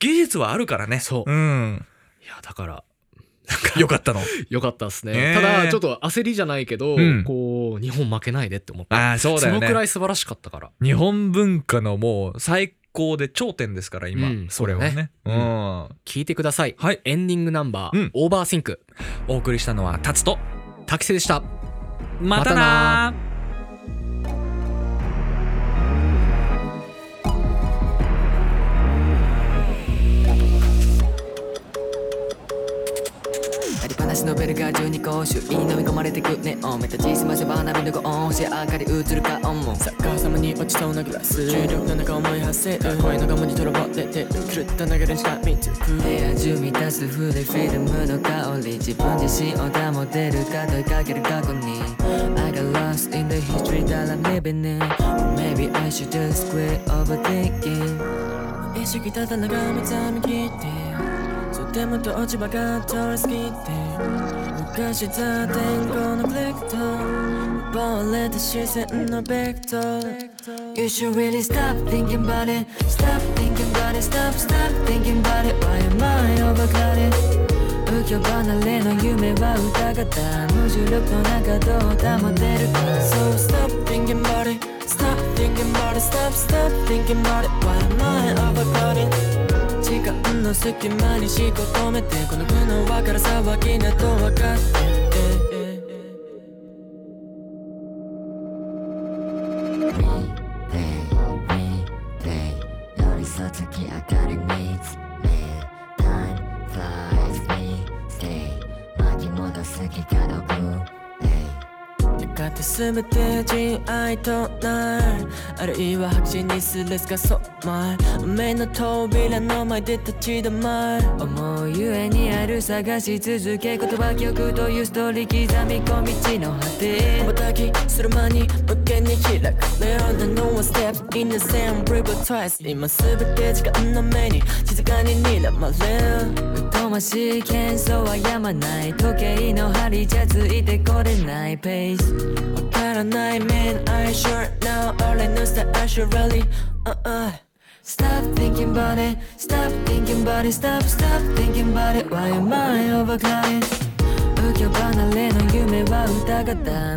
[SPEAKER 4] 技術はあるからね
[SPEAKER 5] そうそう
[SPEAKER 4] うん、
[SPEAKER 5] うんいやだから
[SPEAKER 4] [LAUGHS] よかったの
[SPEAKER 5] よかったですね、
[SPEAKER 4] ねえ
[SPEAKER 5] ただちょっと焦りじゃないけど、
[SPEAKER 4] うん
[SPEAKER 5] こう日本負けないでって思った
[SPEAKER 4] ああそうだよ
[SPEAKER 5] のくら
[SPEAKER 4] ね
[SPEAKER 5] い素晴らしかったから
[SPEAKER 4] 日本文化のもう最高で頂点ですから今、
[SPEAKER 5] うん
[SPEAKER 4] それはね
[SPEAKER 5] そうだね
[SPEAKER 4] うん
[SPEAKER 5] 聞いてください、
[SPEAKER 4] はい
[SPEAKER 5] エンディングナンバー、
[SPEAKER 4] うん
[SPEAKER 5] オーバーシンク
[SPEAKER 4] お送りしたのはタツと
[SPEAKER 5] 滝瀬でした
[SPEAKER 4] ま
[SPEAKER 5] たな
[SPEAKER 4] たなー
[SPEAKER 7] 鳴りっぱなしのベルが12個周囲に飲み込まれてくネオンめたちすませば花火のご音星明かり映るか音も逆さまに落ちそうなグラス重力の中思い発生声のガにとらわれてる狂った流れにしか見つく部屋中満たすフレフィルムの香り自分自身を保てるか問いかける過去に I got lost in the history that I'm living in Maybe I should just quit overthinking 意識ただ眺めたみ切ってとてもと落ち葉が通り過ぎて昔た天候のクリックと奪われた視線のベクトル You should really stop thinking about it Stop thinking about it Stop, stop thinking about it Why am I overcrowded? 不況離れの夢は歌方無重力の中どう保てるか So stop thinking about it Stop thinking about it Stop, stop thinking about it Why am I overcrowded? 時間の隙間に思考止めてこの苦悩はから騒ぎだと分かって
[SPEAKER 8] 寄り添う月明かり meets me Time flies me stay 巻き戻す気がどく
[SPEAKER 7] やがて全て人愛となるあるいは白紙にすれすが染まる目の扉の前で立ち止まる思うゆえにある探し続け言葉記憶というストーリー刻み込み地の果て瞬きする間に無限に開く悩んだのは step in the same river twice 今全て時間の目に静かに睨まれる疎ましい喧騒はやまない時計の針じゃついてこれないペースわからない man I sure now 俺のスター I should really uh uh Stop thinking about it Stop thinking about it Stop stop thinking about it Why am I overcrowded 不況離れの夢は歌方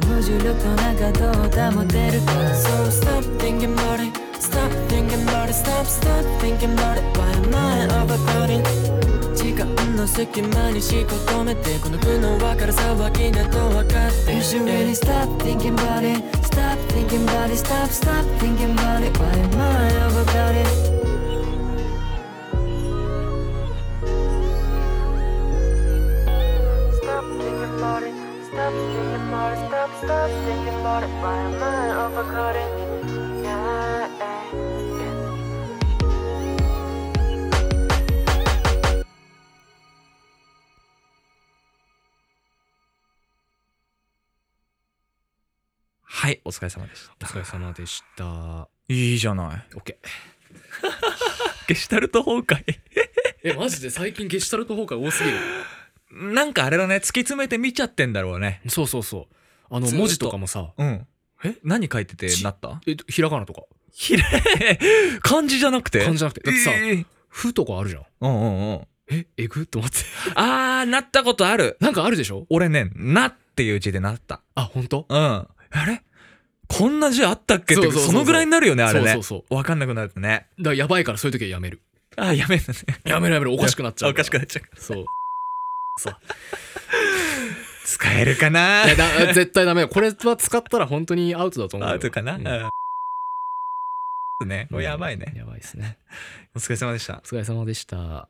[SPEAKER 7] 無重力の中どう保てるか So stop thinking about it Stop thinking about it Stop stop thinking about it Why am I overcrowded 時間の隙間に思考止めてこの苦悩はから騒ぎだと分かって You should really stop thinking about it Stop thinking about it Stop stop thinking about it Why am I overcrowded
[SPEAKER 9] Stop thinking about it. Stop thinking about it. Stop, stop thinking about it. Why am I overcrowded? Yeah, eh.
[SPEAKER 4] はいお疲れ様でし
[SPEAKER 5] お
[SPEAKER 4] た
[SPEAKER 5] 疲れ様でした
[SPEAKER 4] いいじゃない
[SPEAKER 5] OK
[SPEAKER 4] ゲシュタルト崩壊
[SPEAKER 5] えマジで最近ゲシュタルト崩壊多すぎる
[SPEAKER 4] [LAUGHS] なんかあれだね突き詰めて見ちゃってんだろうね
[SPEAKER 5] そうそうそうあの
[SPEAKER 4] ずーっと
[SPEAKER 5] 文字とかもさ
[SPEAKER 4] うん
[SPEAKER 5] え
[SPEAKER 4] 何書いてて
[SPEAKER 5] ち
[SPEAKER 4] なった
[SPEAKER 5] えひらがなとか
[SPEAKER 4] ひれ [LAUGHS] 漢字じゃなくて
[SPEAKER 5] 漢字じゃなくてだってさ
[SPEAKER 4] えー
[SPEAKER 5] 「ふ」とかあるじゃん
[SPEAKER 4] うんうんうん
[SPEAKER 5] ええぐと思って
[SPEAKER 4] あーなったことある
[SPEAKER 5] なんかあるでしょ
[SPEAKER 4] 俺ね「な」っていう字でなった
[SPEAKER 5] あ本当
[SPEAKER 4] うんあれこんな字あったっけっ
[SPEAKER 5] そ
[SPEAKER 4] て
[SPEAKER 5] うそうそうそう
[SPEAKER 4] そのぐらいになるよねあれ
[SPEAKER 5] そ
[SPEAKER 4] ね
[SPEAKER 5] うそうそ
[SPEAKER 4] 分かんなくなるとね
[SPEAKER 5] だからやばいからそういう時はやめる
[SPEAKER 4] あーやめるね
[SPEAKER 5] やめるやめるおかしくなっちゃう
[SPEAKER 4] おかしくなっちゃう
[SPEAKER 5] そう
[SPEAKER 4] 使えるかない
[SPEAKER 5] やだ [LAUGHS] 絶対ダメよこれは使ったら本当にアウトだと思うよ
[SPEAKER 4] アウトかな、
[SPEAKER 5] う
[SPEAKER 4] うんんねこれやばいね
[SPEAKER 5] やばいですね
[SPEAKER 4] お疲れ様でした
[SPEAKER 5] お疲れ様でした